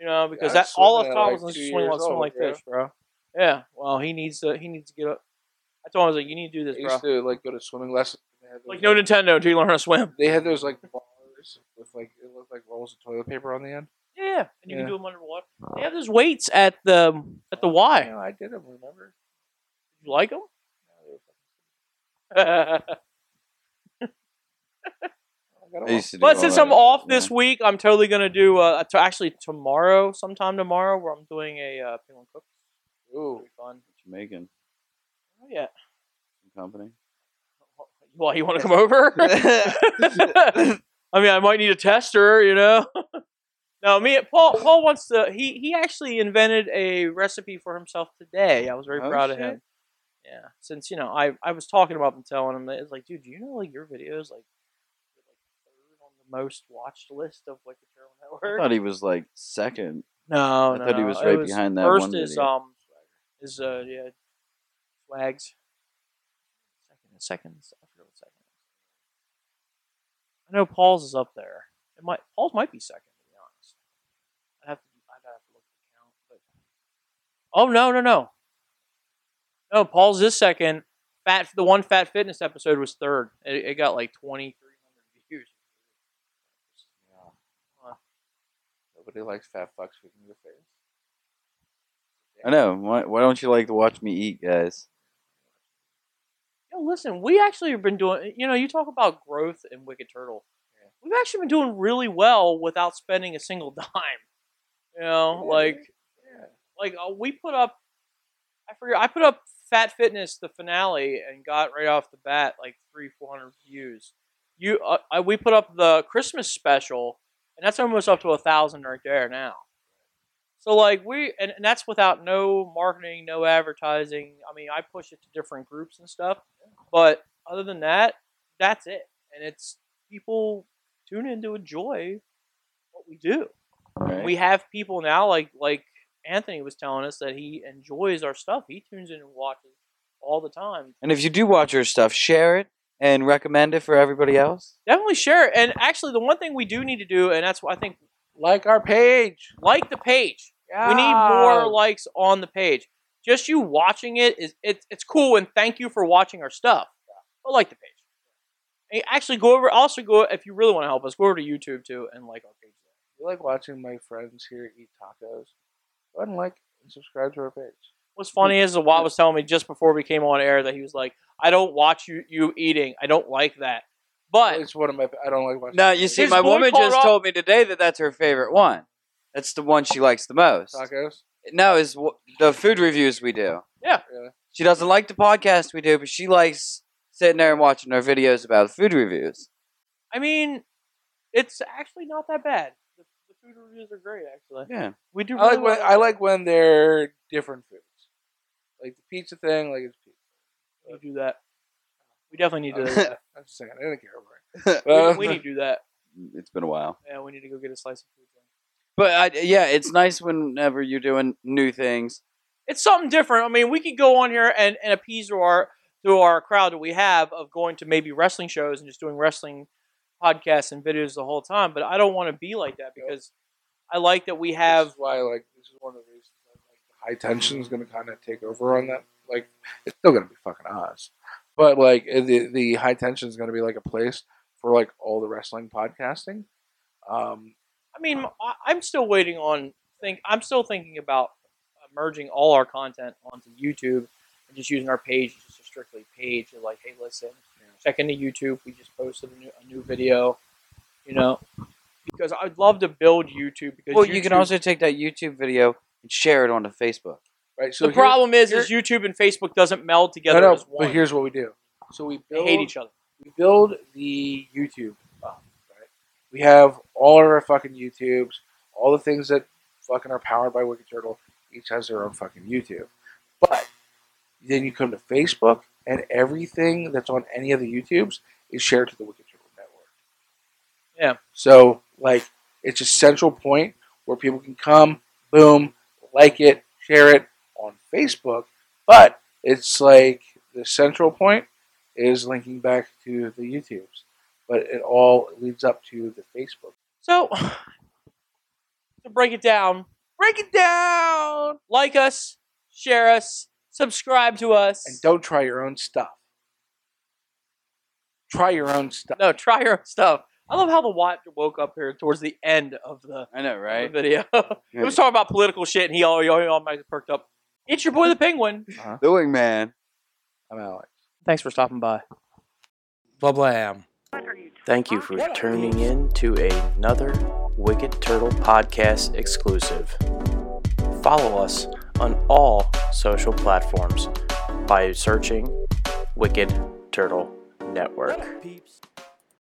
Speaker 3: You know, because
Speaker 5: I
Speaker 3: that all of
Speaker 5: swim at, like,
Speaker 3: Tomlinson's
Speaker 5: two
Speaker 3: swim,
Speaker 5: years
Speaker 3: swim
Speaker 5: old,
Speaker 3: like
Speaker 5: bro.
Speaker 3: fish, bro. Yeah. Well, he needs to. He needs to get up. I told him I was like, you need to do
Speaker 5: I
Speaker 3: this, bro.
Speaker 5: used to like go to swimming lessons. They had those,
Speaker 3: Like no Nintendo until you learn how to swim.
Speaker 5: they had those like bars with like it looked like rolls of toilet paper on the end.
Speaker 3: Yeah, yeah. and you can
Speaker 5: Yeah.
Speaker 3: do them underwater. They have those weights at the um, at the Y.
Speaker 5: Yeah, I did them. Remember?
Speaker 3: You like them?
Speaker 5: Yeah, they were fucking- I got
Speaker 4: I
Speaker 5: 'em
Speaker 4: used to do
Speaker 3: but
Speaker 4: all
Speaker 3: since
Speaker 4: that.
Speaker 3: I'm off this
Speaker 4: Yeah.
Speaker 3: week, I'm totally gonna do uh, to actually tomorrow, sometime tomorrow, where I'm doing a uh, Penguin Cook.
Speaker 5: all. Ooh,
Speaker 3: It'll be fun.
Speaker 4: Jamaican
Speaker 3: Oh, yeah.
Speaker 4: company.
Speaker 3: Well, you want to come over? I mean, I might need a tester, you know. no, me. Paul. Paul wants to. He he actually invented a recipe for himself today. I was very
Speaker 4: Oh,
Speaker 3: proud of
Speaker 4: shit.
Speaker 3: him. Yeah, since you know, I I was talking about and telling him that it's like, dude, do you know like your videos like, you're, like third on the most watched list of like the Terminal
Speaker 4: I
Speaker 3: Network.
Speaker 4: thought he was like second.
Speaker 3: no,
Speaker 4: I
Speaker 3: no,
Speaker 4: thought he
Speaker 3: no,
Speaker 4: was
Speaker 3: it
Speaker 4: right behind that
Speaker 3: First
Speaker 4: one
Speaker 3: is
Speaker 4: video.
Speaker 3: um is uh yeah, swags. Second, second, is- I forget what second. is. I know Paul's is up there. It might Paul's might be second to be honest. I'd have to I'd have to look at the count, but oh no no no no Paul's is second. Fat the one Fat Fitness episode was third. It, it got like twenty three hundred views.
Speaker 5: nobody likes fat fucks in your face.
Speaker 4: I know. Why, why don't you like to watch me eat, guys?
Speaker 3: Yo, listen, we actually have been doing. You know, you talk about growth in Wicked Turtle.
Speaker 5: Yeah.
Speaker 3: We've actually been doing really well without spending a single dime. You know,
Speaker 5: Yeah,
Speaker 3: like
Speaker 5: Yeah.
Speaker 3: like uh, we put up. I forget. I put up Fat Fitness the finale and got right off the bat like three four hundred views. You, uh, I, we put up the Christmas special, and that's almost up to a thousand right there now. So like we, and, and that's without no marketing, no advertising. I mean, I push it to different groups and stuff, but other than that, that's it. And it's people tune in to enjoy what we do.
Speaker 4: Right?
Speaker 3: We have people now like like Anthony was telling us that he enjoys our stuff. He tunes in and watches all the time.
Speaker 4: and if you do watch your stuff, share it and recommend it for everybody else.
Speaker 3: Definitely share. it. And actually, the one thing we do need to do, and that's what I think,
Speaker 5: Like our page.
Speaker 3: like the page. We need more likes on the page. Just you watching it is it's it's cool and thank you for watching our stuff. But like the page. And actually, go over. Also, go if you really want to help us, go over to YouTube too and like our page.
Speaker 5: You like watching my friends here eat tacos? Go ahead and like and subscribe to our page.
Speaker 3: What's funny is the Watt was telling me just before we came on air that he was like, "I don't watch you you eating. I don't like that." But
Speaker 5: it's one of my. I don't like watching.
Speaker 4: No, you see,
Speaker 3: His
Speaker 4: my
Speaker 3: boy
Speaker 4: woman
Speaker 3: called
Speaker 4: just
Speaker 3: up-
Speaker 4: told me today that that's her favorite one. That's the one she likes the most.
Speaker 5: tacos.
Speaker 4: No, is wh- the food reviews we do.
Speaker 3: Yeah.
Speaker 5: Really?
Speaker 4: She doesn't like the podcast we do, but she likes sitting there and watching our videos about food reviews.
Speaker 3: I mean, it's actually not that bad. The, the food reviews are great, actually.
Speaker 4: Yeah.
Speaker 3: We do.
Speaker 5: I
Speaker 3: Really
Speaker 5: like when
Speaker 3: well.
Speaker 5: I like when they're different foods, like the pizza thing. Like it's pizza.
Speaker 3: We do that. We definitely need to. do that.
Speaker 5: I'm just saying, I didn't care
Speaker 3: We-
Speaker 4: Uh,
Speaker 5: about it.
Speaker 3: we, need to do that.
Speaker 4: It's been a while.
Speaker 3: Yeah, we need to go get a slice of food. Then.
Speaker 4: But I, yeah, it's nice whenever you're doing new things.
Speaker 3: It's something different. I mean, we could go on here and, and appease our to our crowd that we have of going to maybe wrestling shows and just doing wrestling podcasts and videos the whole time. But I don't want to be like that because I like that we have
Speaker 5: This is why like this is one of the reasons that like the high tension is going to kind of take over on that. Like it's still going to be fucking us, but like the the high tension is going to be like a place for like all the wrestling podcasting. Um,
Speaker 3: I mean, I- I'm still waiting on think. I'm still thinking about uh, merging all our content onto YouTube and just using our page as just a strictly page. Of like, hey, listen, check into YouTube. We just posted a new, a new video, you know, because I'd love to build YouTube. Because
Speaker 4: Well, you can
Speaker 3: YouTube-
Speaker 4: also take that YouTube video and share it onto Facebook.
Speaker 5: right. So
Speaker 3: the
Speaker 5: here-
Speaker 3: problem is, is YouTube and Facebook doesn't meld
Speaker 5: No,
Speaker 3: together
Speaker 5: no.
Speaker 3: as one.
Speaker 5: But here's what we do. So we
Speaker 3: they
Speaker 5: build
Speaker 3: hate each other.
Speaker 5: we build the YouTube up, right? We have all of our fucking YouTubes, all the things that fucking are powered by Wicked Turtle. Each has their own fucking YouTube. But then you come to Facebook, and everything that's on any of the YouTubes is shared to the Wicked Turtle network.
Speaker 3: Yeah.
Speaker 5: So like, it's a central point where people can come, boom, like it, share it on Facebook. But it's like the central point is linking back to the YouTubes, but it all leads up to the Facebook.
Speaker 3: So, to break it down, break it down. Like us, share us, subscribe to us,
Speaker 5: And don't try your own stuff. Try your own stuff.
Speaker 3: No, try your own stuff. I love how the Watt woke up here towards the end of the,
Speaker 4: I know,
Speaker 3: the
Speaker 4: right?
Speaker 3: video. it was talking about political shit, and he all, he all, he all perked up. It's your boy, the Penguin.
Speaker 4: The wingman.
Speaker 5: I'm Alex.
Speaker 3: Thanks for stopping by.
Speaker 2: Blah blam.
Speaker 6: What are you talking
Speaker 2: Thank you for tuning in to another Wicked Turtle podcast exclusive. Follow us on all social platforms by searching Wicked Turtle Network.
Speaker 1: Peeps.